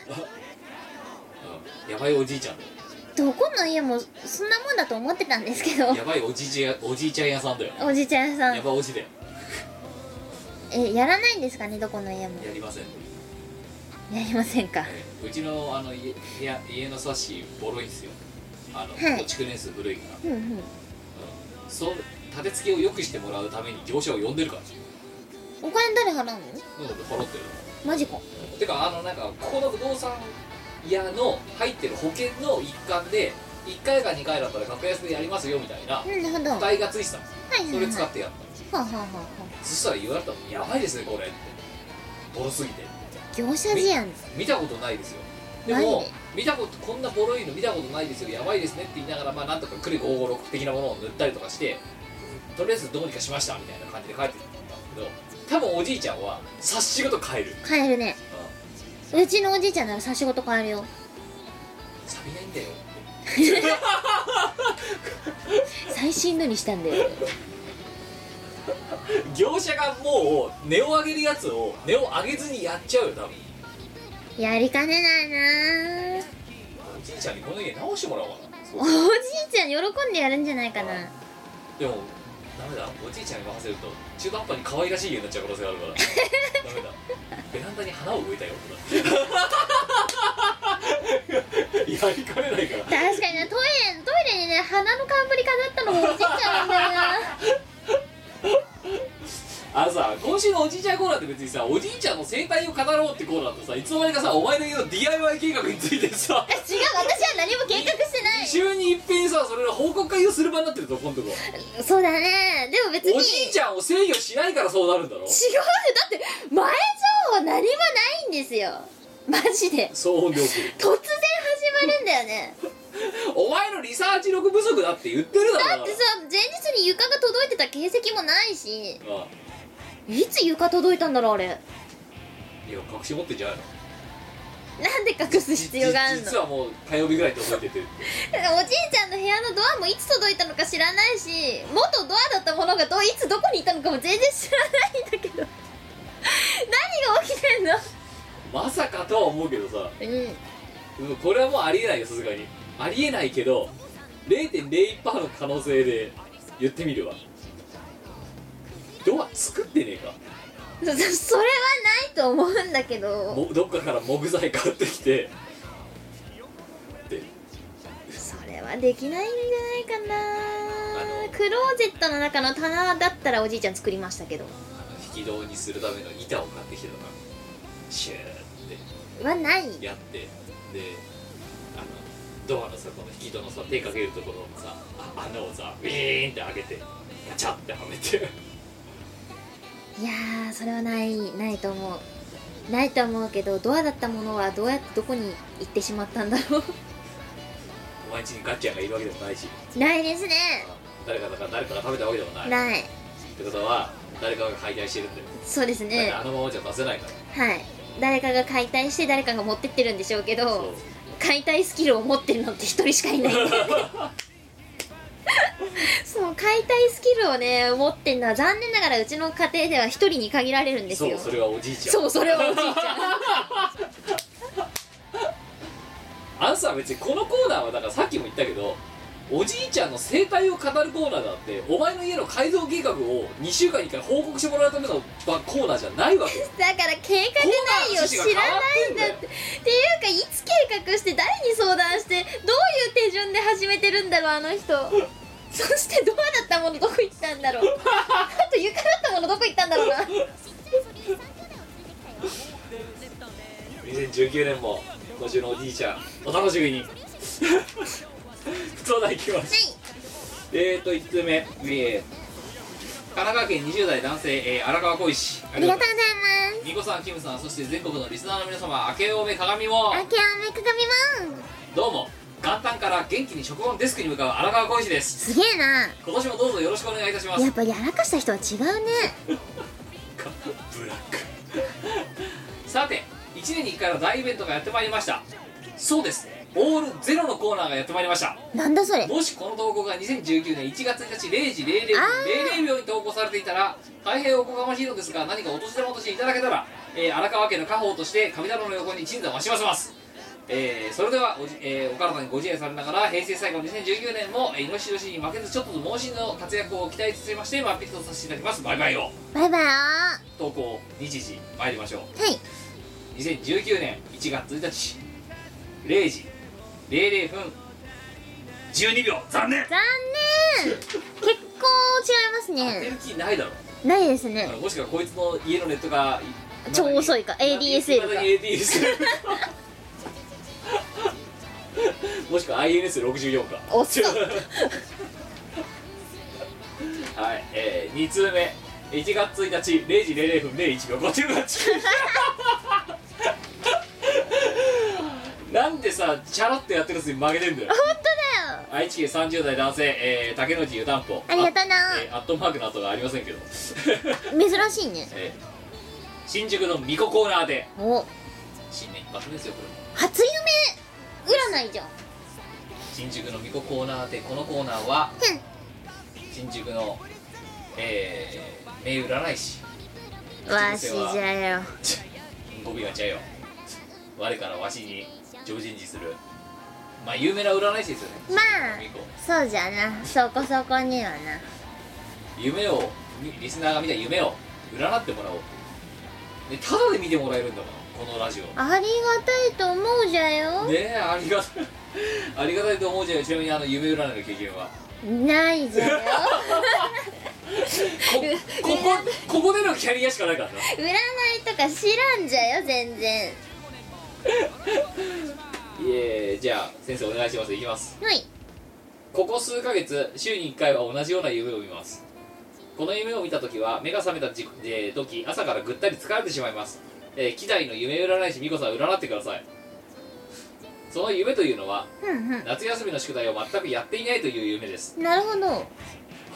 うんやばいおじいちゃんだよ
どこの家もそんなもんだと思ってたんですけど
やばいおじいちゃんおじいちゃん屋さんだよ
おじいちゃんさ
や
ん
ばいおじだよ
えやらないんですかねどこの家も
やりません、ね、
やりませんか
うちのあの家部屋家のサッシボロいんすよあの、
はい
築年数古いから
うんうん
そう立て付けを良くしてもらうために業者を呼んでるから
お金誰払う
う
の
ん払ってる
マジか
てかあのなんかここの不動産屋の入ってる保険の一環で1回か2回だったら格安でやりますよみたいな
なるほどはい
値がついてたんですよ
はいはい
それ使
は
ってやった
あはあはあは
そしたら言われたのやばいですねこれってボロすぎて
あ業者事案
見たことないですよで
ない
も
ね
見たことこんなボロいの見たことないですよやばいですねって言いながらまあなんとかクリ556的なものを塗ったりとかしてとりあえずどうにかしましたみたいな感じで帰ってきたんだけど多分おじいちゃんは察しごと変える
買えるねうちのおじいちゃんなら差し事買える
(laughs)
よ
錆びないんだよ
最新のにしたんだよ
業者がもう値を上げるやつを値を上げずにやっちゃうよ多分
やりかねないなぁ
おじいちゃんにこの家直してもらおうかな
おじいちゃん喜んでやるんじゃないかな
でもダメだおじいちゃんに任せると中途半端に可愛らしい家になっちゃう可能性がある
(laughs)
からダメだベランダに花を植えたよ俺
(laughs)
やりかねないから
確かになトイレトイレにね花の冠飾ったのもおじいちゃんなんだよ
あのさ今週のおじいちゃんコーナーって別にさおじいちゃんの生態を語ろうってコーナーとさいつの間にかさお前の家の DIY 計画について
(laughs)
さ
な違う私は何も計画してない
週に一遍さそれの報告会をする場になってると今度こ
そうだねでも別に
おじいちゃんを制御しないからそうなるんだろ
違うよだって前情報何もないんですよマジで
騒音料金
突然始まるんだよね
お前のリサーチ力不足だって言ってるだろ
だってさ前日に床が届いてた形跡もないし
あ
いつ床届いたんだろうあれ
あいや隠し持ってんじゃないの
なんで隠す (laughs) 必要があるのお
じ
じい
実はもう火曜日ぐらいに届いてて
ちゃんの部屋のドアもいつ届いたのか知らないし元ドアだったものがどいつどこにいたのかも全然知らないんだけど何が起きてんの
まさかとは思うけどさ
うん
うんこれはもうありえないよさすがにありえないけど0.01%の可能性で言ってみるわドア作ってねえか
そそれはないと思うんだけど
もどっかから木材買ってきてで
それはできないんじゃないか
あ
な
の
クローゼットの中の棚だったらおじいちゃん作りましたけど
あの引き戸にするための板を買ってきてとかシューって
はない
やってであのドアのさこの引き戸のさ手かけるところのさあ穴をさウィーンって開けてガチャってはめて (laughs)
いやーそれはないないと思うないと思うけどドアだったものはどうやってどこに行ってしまったんだろう (laughs)
お前んちにガッチャンがいるわけでもないし
ないですね
誰かだから誰かが食べたわけでもない
ない
ってことは誰かが解体してるんだよ
そうです
だって
ね
あのままじゃ出せないから
はい誰かが解体して誰かが持ってってるんでしょうけど解体スキルを持ってるのって一人しかい (laughs) ないそう解体スキルをね持ってんのは残念ながらうちの家庭では一人に限られるんです
そう
よ
そうそれはおじいちゃん
そうそれはおじいちゃん
あんさ別にこのコーナーはだからさっきも言ったけどおじいちゃんの生態を語るコーナーだってお前の家の改造計画を2週間に1回報告してもらうためのばコーナーじゃないわけよ
だから計画ないよ
コーナーの趣
知
旨が
ら
変わ
ない
ってん
ん
だ
だ
よ
ってっていうかいつ計画して誰に相談してどういう手順で始めてるんだろうあの人そしてドアだったものどこ行ったんだろうあと床だったものどこ行ったんだろうな
2019年も今週のおじいちゃんお楽しみに (laughs) 普通だいきますえーと1つ目、えー神奈川県20代男性、えー荒川浩石あ
ありがとうございま
みこさんキムさんそして全国のリスナーの皆様明けおめ鏡も
す明けおめ鏡マン
どうも元旦から元気に職場のデスクに向かう荒川浩石です
すげえな
今年もどうぞよろしくお願いいたします
やっぱやらかした人は違うね
かブラックさて1年に1回の大イベントがやってまいりましたそうですねオールゼロのコーナーがやってまいりました
なんだそれ
もしこの投稿が2019年1月1日0時00分00秒に投稿されていたら大変おこがましいのですが何かお年玉としていただけたら、えー荒川家の家宝として神頼みの横に鎮座をしませます、えーそれではおじ、えーお体にご自愛されながら平成最後の2019年もえーイノシシに負けずちょっとの申しの活躍を期待つつましてマッピットとさせていただきますバイバイを
バイバイ
投稿日時参りましょう
はい
2019年1月1日0時00分12秒残念
残念結構違います
当て
ね
る気ないだろ、
ないですね
もしくはこいつの家のネットが
超遅いか ADSL か
未だに ADSL か (laughs) もしくは INS64 か
おっそ
(laughs) はいえー、2通目1月1日0時00分01秒58 (laughs) なんでさチャラッとやってるやつに負けてんだよ
本当だよ
愛知県30代男性、えー、竹野内湯たんぽ
ありがとうな
えーアットマークの後がありませんけど、
珍しいね
えー新宿の巫女コーナーで
お
新年一発目ですよこれも
初夢占いじゃん
新宿の巫女コーナーでこのコーナーは
ふん
新宿のえー、名占い師
わしじゃよ
語尾がちゃうよ我からわしに常人事するまあ有名な占い師ですよね
まあ
巫女
そうじゃなそこそこにはな
夢をみリスナーが見た夢を占ってもらおうでただで見てもらえるんだからこのラジオ
ありがたいと思うじゃよ、
ねえありがたいありがたいと思うじゃんちなみにあの夢占いの経験は
ないじゃよ (laughs)
こここここでのキャリアしかないからな
占いとか知らんじゃよ全然
いえじゃあ先生お願いしますいきます
はい
ここ数ヶ月週に1回は同じような夢を見ますこの夢を見た時は目が覚めた時,、えー時朝からぐったり疲れてしまいます、えー、期待の夢占い師美子さん占ってくださいその夢というのは
ふんふ
夏休みの宿題を全くやっていないという夢です
んなるほどなる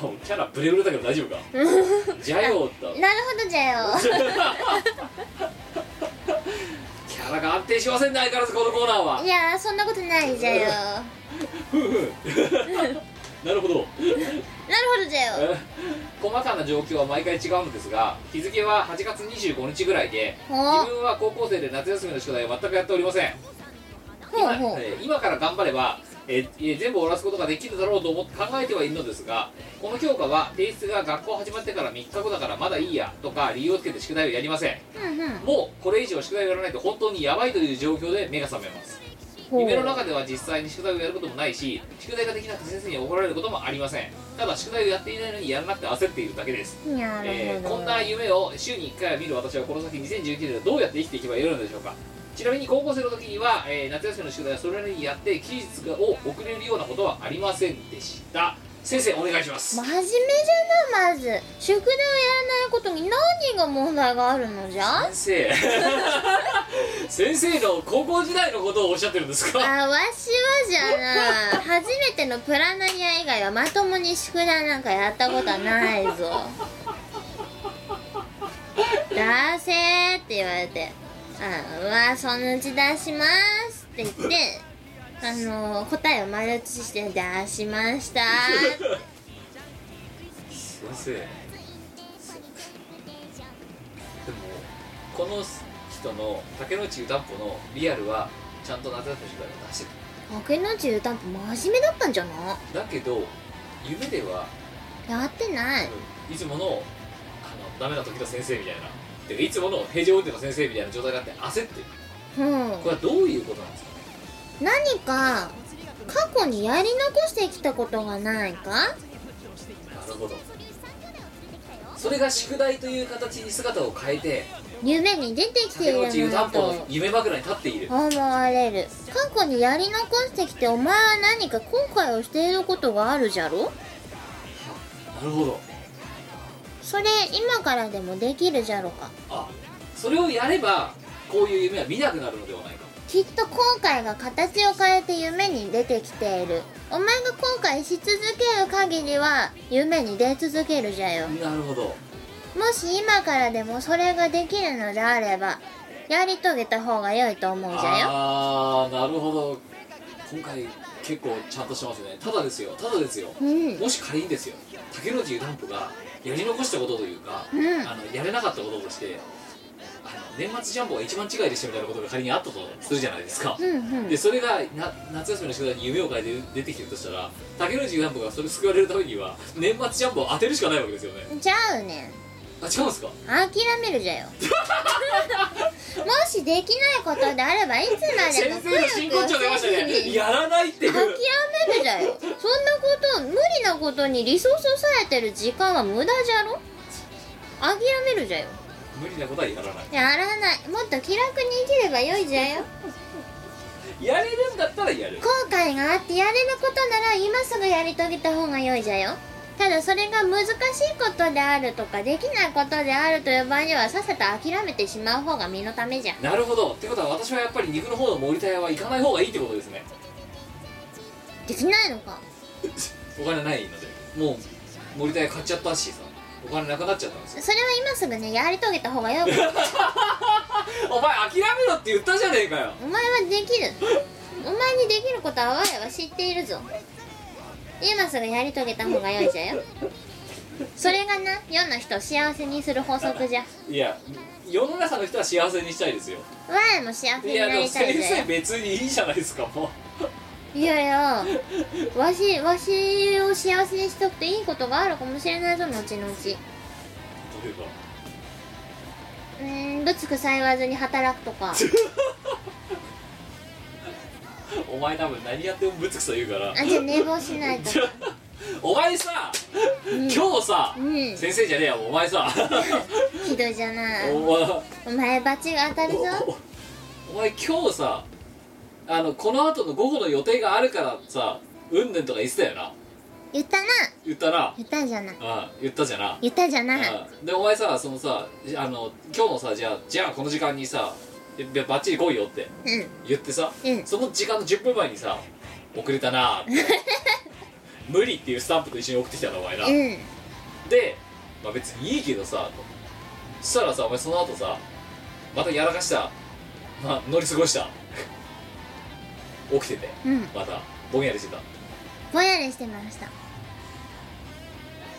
もうキャラブレブレだけど大丈夫か (laughs) じゃよーっと
ほどじゃよ
キャラが安定しませんね相変わらずこのコーナーはい
やそんなことないじゃよ
ふんふんなるほど
なるほどじゃよ
え細かな状況は毎回違うのですが日付は8月25日ぐらいで
ほ
自
う
分は高校生で夏休みの宿題を全くやっておりません
ほうほう
えー今から頑張れば、えーえー全部終わらすことができるだろうと思って考えてはいるのですがこの教科は提出が学校始まってから3日後だからまだいいやとか理由をつけて宿題をやりません
ふんふん
もうこれ以上宿題をやらないと本当にやばいという状況で目が覚めます
ほう
夢の中では実際に宿題をやることもないし宿題ができなくて先生に怒られることもありませんただ宿題をやっていないのにやらなくて焦っているだけです、
な
え
る
ー
ほど
こんな夢を週に1回は見る私はこの先2019年はどうやって生きていけばよいのでしょうかちなみに高校生の時には、えー夏休みの宿題はそれなりにやって期日を遅れるようなことはありませんでした先生お願いします
真面目じゃなまず宿題をやらないことに何が問題があるのじゃ
先生 (laughs) 先生の高校時代のことをおっしゃってるんです
あ
か
わしはじゃな初めてのプラナリア以外はまともに宿題なんかやったことはないぞ出せーって言われて「あわあそのうち出します」って言ってあの答えを丸写しして「出しました」
先生でもこの人の竹野内湯たんぽのリアルはちゃんと夏休み宿題を出して
竹の内湯たんぽ真面目だったんじゃな
るだけど夢ではい
やってない
いつものあのダメな時の先生みたいなてかいつもの平常運転の先生みたいな状態になって焦ってる
うん
これはどういうことなんですかね
何か過去にやり残してきたことがないか
なるほどそれが宿題という形に姿を変えて
夢に出てきて
竹
い
野内湯
る
た
なん
ぽ
と
の夢枕に立っている
思われる過去にやり残してきてお前は何か後悔をしていることがあるじゃろ
なるほど
それ今からでもできるじゃろか
あそれをやればこういう夢は見なくなるのではないか
きっと後悔が形を変えて夢に出てきているお前が後悔し続ける限りは夢に出続けるじゃよ
なるほど
もし今からでもそれができるのであればやり遂げた方が良いと思うじゃよ
ああなるほど今回結構ちゃんとしてますねただですよただですよ
うん
もし仮にですよ竹野内湯たんぽがやり残したことというか、
うん
あのやれなかったこととしてあの年末ジャンボが一番違いでしたみたいなことが仮にあったとするじゃないですか、
うんうん
でそれがな夏休みの宿題に夢を変えて出てきてるとしたら竹野内湯たんぽがそれ救われるためには年末ジャンボを当てるしかないわけですよね
ちゃうね
あ違うんですか
諦める
(laughs)
じゃよもしできないことであればいつまでも
先生の真骨頂出ましたねやらないっていう
諦めるじゃよそんなこと無理なことにリソースを割いてる時間は無駄じゃろ諦めるじゃよ
無理なことはやらない
やらないもっと気楽に生きればよいじゃよ
やれるんだったらやる
後悔があってやれることなら今すぐやり遂げた方が良いじゃよただそれが難しいことであるとかできないことであるという場合にはさっさと諦めてしまう方が身のためじゃん
なるほどってことは私はやっぱり肉の方の森田屋は行かない方がいいってことですね
できないのか
お金ないのでもう森田屋買っちゃったしさお金なくなっちゃったんですよ
それは今すぐねやり遂げた方がよ
(laughs) お
く
前諦めろって言ったじゃねえかよ
お前はできるお前にできることは我は知っているぞ今すぐやり遂げた方が良いじゃよそれがな世の人を幸せにする法則じゃ
いや世の中の人は幸せにしたいですよ
我も幸せ
い
に
や
な
でも
りたい
先
じゃ
生
よ
別にいいじゃないですかも
いやいやわしわしを幸せにしとくといいことがあるかもしれないぞ後々う
う例えば
ーんぶつくさ言わずに働くとか
お前多分何やってもぶつくさ言うから
あじゃあ寝坊しないとか
(laughs) お前さ、今日さ、
うん
先生じゃねえやお前
(laughs)
さ
ひどいじゃない
お
お
前
前バチが当たるぞ
おお前今日さあのこの後の午後の予定があるからさうんぬんとか言ってたよな
言ったな
言ったな
言ったじゃない
あ言ったじゃな
言ったじゃない
あでお前さそのさあの今日のさじゃあじゃあこの時間にさいやバッチリ来いよって
うん
言ってさ、
うん
その時間の10分前にさ遅れたなー
(laughs)
って無理っていうスタンプと一緒に送ってきたのお前な、
うん
で、まあ、別にいいけどさとそしたらさお前その後さまたやらかした、まあ、乗り過ごした (laughs) 起きてて
うん
またぼんやりしてた
ぼんやりしてました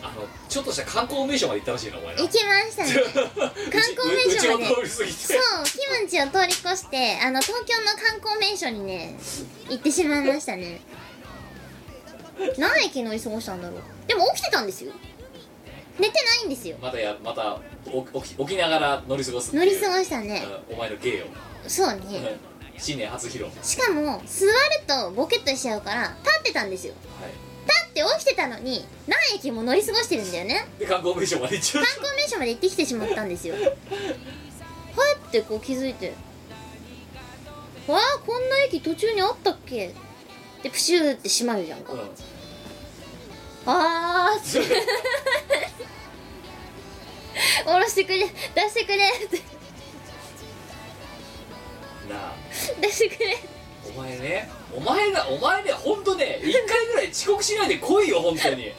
あのちょっとした観光名所まで行ったらしいなお前な
行きまし
(laughs)
たね観光名所まで
うちを通り過ぎて
そうキムチを通り越してあの東京の観光名所にね行ってしまいましたね何駅乗り過ごしたんだろうでも起きてたんですよ寝てないんですよ
またやまたお起き起きながら乗り過ごすっていう
乗り過ごしたね
うんお前の芸を
そうね
新年初披露はい
しかも座るとボケっとしちゃうから立ってたんですよ立って起きてたのに何駅も乗り過ごしてるんだよね
で観光名所まで行っちゃっ
観光名所まで行ってきてしまったんですよはってこう気づいて「わあこんな駅途中にあったっけ?」でプシューって閉まるじゃん
た、
か
うん、
あーって「下ろしてくれ出してくれ」って
なあ
出してくれ
お前ねお前がお前ね本当ね1回ぐらい遅刻しないで来いよ本当になんで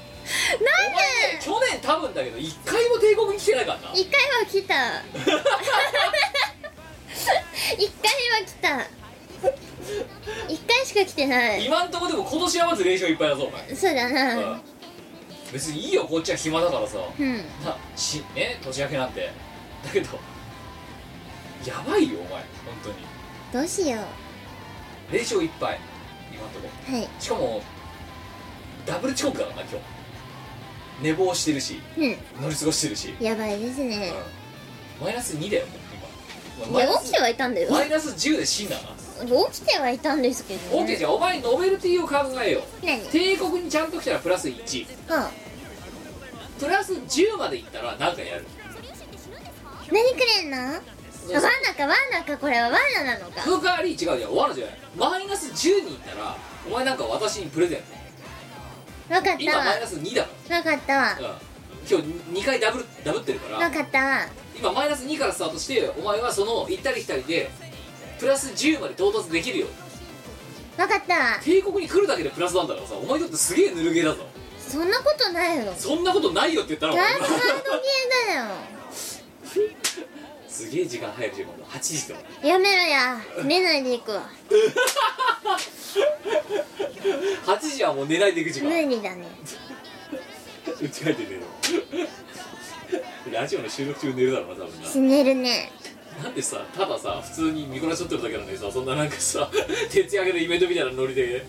去年多分だけど1回も帝国に来てないからな
一回は来た (laughs) 一回は来た一回しか来てない
今んとこでも今年はまず連勝いっぱいだぞお前、
そうだ
う
なん
別にいいよこっちは暇だからさ
うん
なしね年明けなんてだけどやばいよお前本当に
どうしよ
連勝いっぱい今んとこ
うはい
しかもダブル遅刻だからな今日寝坊してるし
う
乗り過ごしてるし、
んやばいですね、
うんマイナス2だよもう今
い
マイ
や
ナス
起きてはいたんだよ
マイナス10で死んだな
起きてはいたんですけど
OK
ね
じゃあお前ノベルティを考えよう
何
帝国にちゃんと来たらプラス1
あ
プラス10までいったら何かやる
何くれんの罠か罠かこれは罠なのか
その代わり違うじゃん終わるじゃないマイナス10にいったらお前なんか私にプレゼント
わかっ
今
たわ
マイナス2だか
わかったわ
ら、うん、今日2回ダブルダブってるから
わかったわ
今マイナス2からスタートしてお前はその行ったり来たりでプラス10まで到達できるよ
わかったわ
帝国に来るだけでプラスなんだからさお前にとってすげえぬるゲーだぞ
そんなことないよだいぶ
そんなことないよって言ったらお
ハ
前
ード系だよ
すげえ時間早く時間だ8時だ
やめろや寝ないでいくわ
8時はもう寝ないで出口が
無理だね
うち帰って寝るラジオの収録中寝るだろうな多分
死ねるね
ななんでさたださ普通に見こなしとってるだけなのにさそんななんかさ徹夜明けのイベントみたいなノリで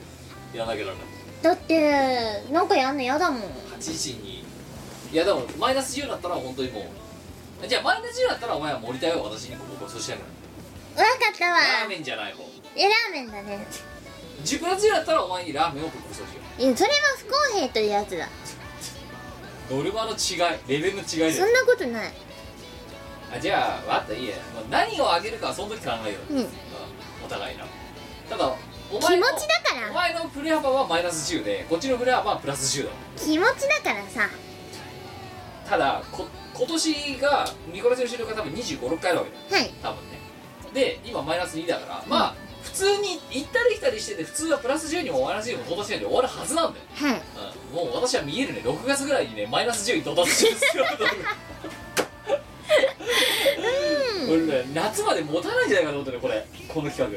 やらなきゃならない
だってなんかやんのやだもん
8時にいやでもマイナス10だったら本当にもうじゃあマイナス10だったらお前は森田よ私に僕はそうしたいの
わかったわ
ラーメンじゃない方
えラーメンだね
10プラス10だったらお前にラーメンを僕こそうしよ
いやそれは不公平というやつだ
うノルマの違いレベルの違いだ
そ
よ
んなことない
あじゃあわかったいいや、まあ、何をあげるかはその時考えよう、
うん
お互いなただお
気
前
持
の
ちだか
お
ら
前の振れ幅はマイナス10でこっちの振れ幅はプラス10だ
気持ちだからさ
ただこ今年がニコラスの収録が多分2 5 6回あるわけだよ
はい
多分ねで今マイナス2だからまあ普通に行ったり来たりしてて普通はプラス10にもマイナス10にも到達しないで終わるはずなんだよ、
はい
うん、もう私は見えるね6月ぐらいにねマイナス10に到達してるんですよ (laughs) 俺ね夏まで持たないんじゃないかと思ってねこれこの企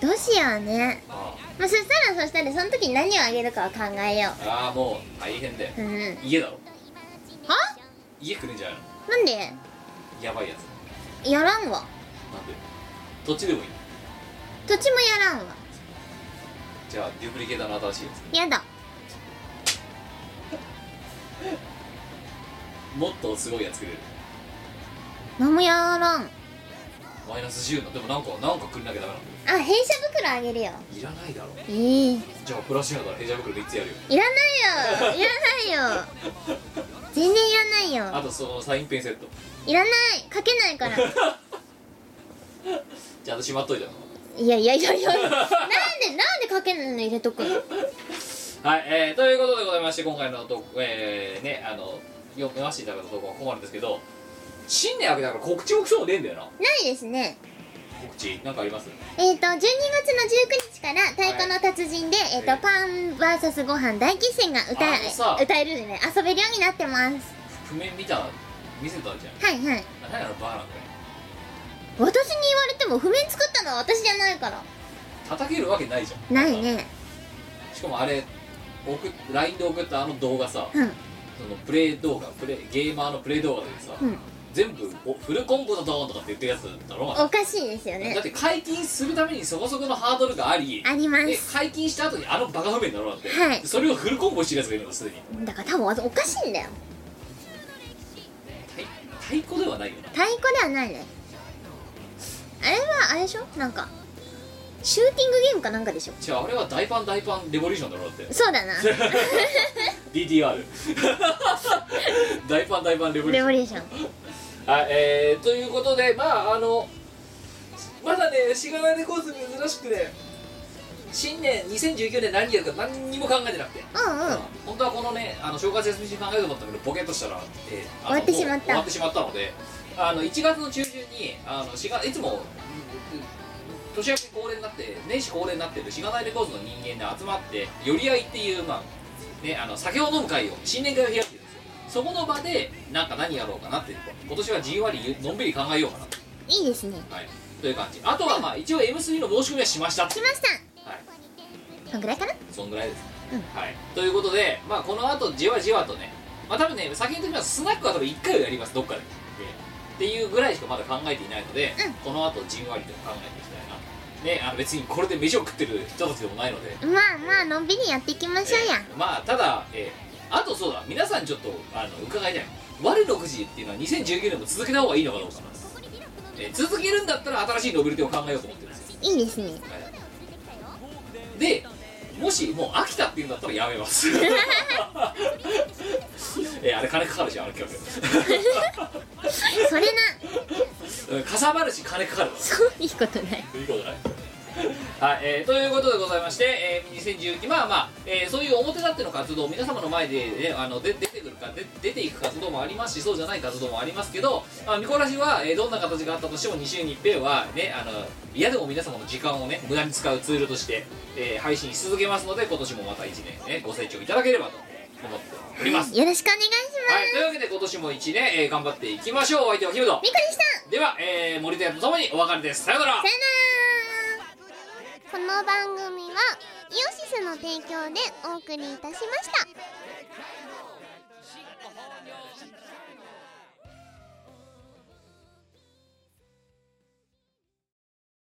画
どうしようね
あ
まあ、そしたらそしたらその時何をあげるかを考えよ
ああーもう大変だよ
ううん
家だろ
は
家来るんじゃないの
なんで
やばいやつ
やらんわ
なんでどっちでもいい
土地もやらんわ
じゃあデュプリケーターの新しいやつ
やだ
もっとすごいやつくれる
何もやらん
マイナス10のでもなんかなんかくれなきゃダメなの
あ弊社袋あげるよ
いらないだろ
ええ
じゃあプラス10だからヘジャブ袋でいつやるよ
いらないよいらないよ全然いらない
あ
よ
とそのサインペンセット
いらない書けないから
じゃああとしまっといたの
いやいやいやいやなんでなんで書けないの入れとくの
はい、えー、ということでございまして今回のとえー、ねあの読ませていただいたとこは困るんですけど新年明けだから告知もクソもねえんだよな
ないですね
告知なんかあります
えー、と12月の19日から「太鼓の達人で」えー
は
とパン VS ご飯大決戦が歌
あのさ
え歌えるんでね遊べるようになってます
譜面見た見せたじゃん
はいはい
何やろバーなんだよ
私に言われても譜面作ったのは私じゃないから
叩けるわけないじゃん
ないね
しかもあれ送っ LINE で送ったあの動画さ
うん
そのプレイ動画プレイゲーマーのプレイ動画でさ、
うん
全部おフルコンボのドーンとかって言ってるやつだろ
おかしいですよ
だっ
ね
て解禁するためにそこそこのハードルがあり
ありま
です解禁した後にあのバカ不便だろだって、
はい
それをフルコンボしてるやつがいるのすでに
だから多分おかしいんだよ
太太鼓ではないよな
太鼓ではないねあれはあれでしょなんかシューティングゲームかなんかでしょ
じゃああれは大パン大パンレボリューションだろだって
そ
(laughs)
うだな
DDR (laughs) 大パン大パンレボリューシ
レ
ョン
ボリューション
はい、えー、ということでまああのまだねしがないでコース珍しくね新年2019年何やるか何にも考えてなくて、
うんうん
本当はこのねあの正月休み中に考えようと思ったけどボケっとしたら、えーあの
終わってしま
も
った
う終わってしまったのであの1月の中旬にあのしがいつもうん年明け恒例になって年始恒例になってるしがないレコーズの人間で集まって寄り合いっていうまあねあの酒を飲む会を新年会を開いてるんですよそこの場でなんか何やろうかなっていう今年はじんわりのんびり考えようかなと,、
いいですね
はい、という感じあとはまあ一応 M3 の申し込みはしました
来ました
はい
こんぐらいかな
そんぐらいです、
うん
はい、ということで、まあ、この後じわじわとね、まあ、多分ね先の時はスナックは多分1回はやりますどっかで、えーっていうぐらいしかまだ考えていないので、
うん
この後じんわりと考えていきたいなね、あの別にこれで飯を食ってる人たちでもないので、
まあまあのんびりやっていきましょうや、
えーまあただ、えーあとそうだ皆さんちょっとあの伺いたい我のくじっていうのは2019年も続けた方がいいのかどうか、えー続けるんだったら新しいノベルティを考えようと思ってるんですよ
いいですね
はいでもしもう飽きたっていうんだったらやめます (laughs) えあれ金かかるしあの企
それな
画うんかさばるし金かかるわ
そういいことない
いいことないはい、えーということでございまして、えー2019まあまあ、えーそういう表立っての活動皆様の前で,、ね、あので出てくるかで出ていく活動もありますしそうじゃない活動もありますけど、まあ、ミコラジは、えーどんな形があったとしても2週に1遍はねあの嫌でも皆様の時間をね無駄に使うツールとして、えー配信し続けますので今年もまた1年、ね、ご清聴いただければと思っております、
よろしくお願いしま
はい、というわけで今年も1年、えー頑張っていきましょうお相手はキムド
すみこでした
では、えー森田屋とともにお別れですさようなら
さよならこの番組はイオシスの提供でお送りいたしました。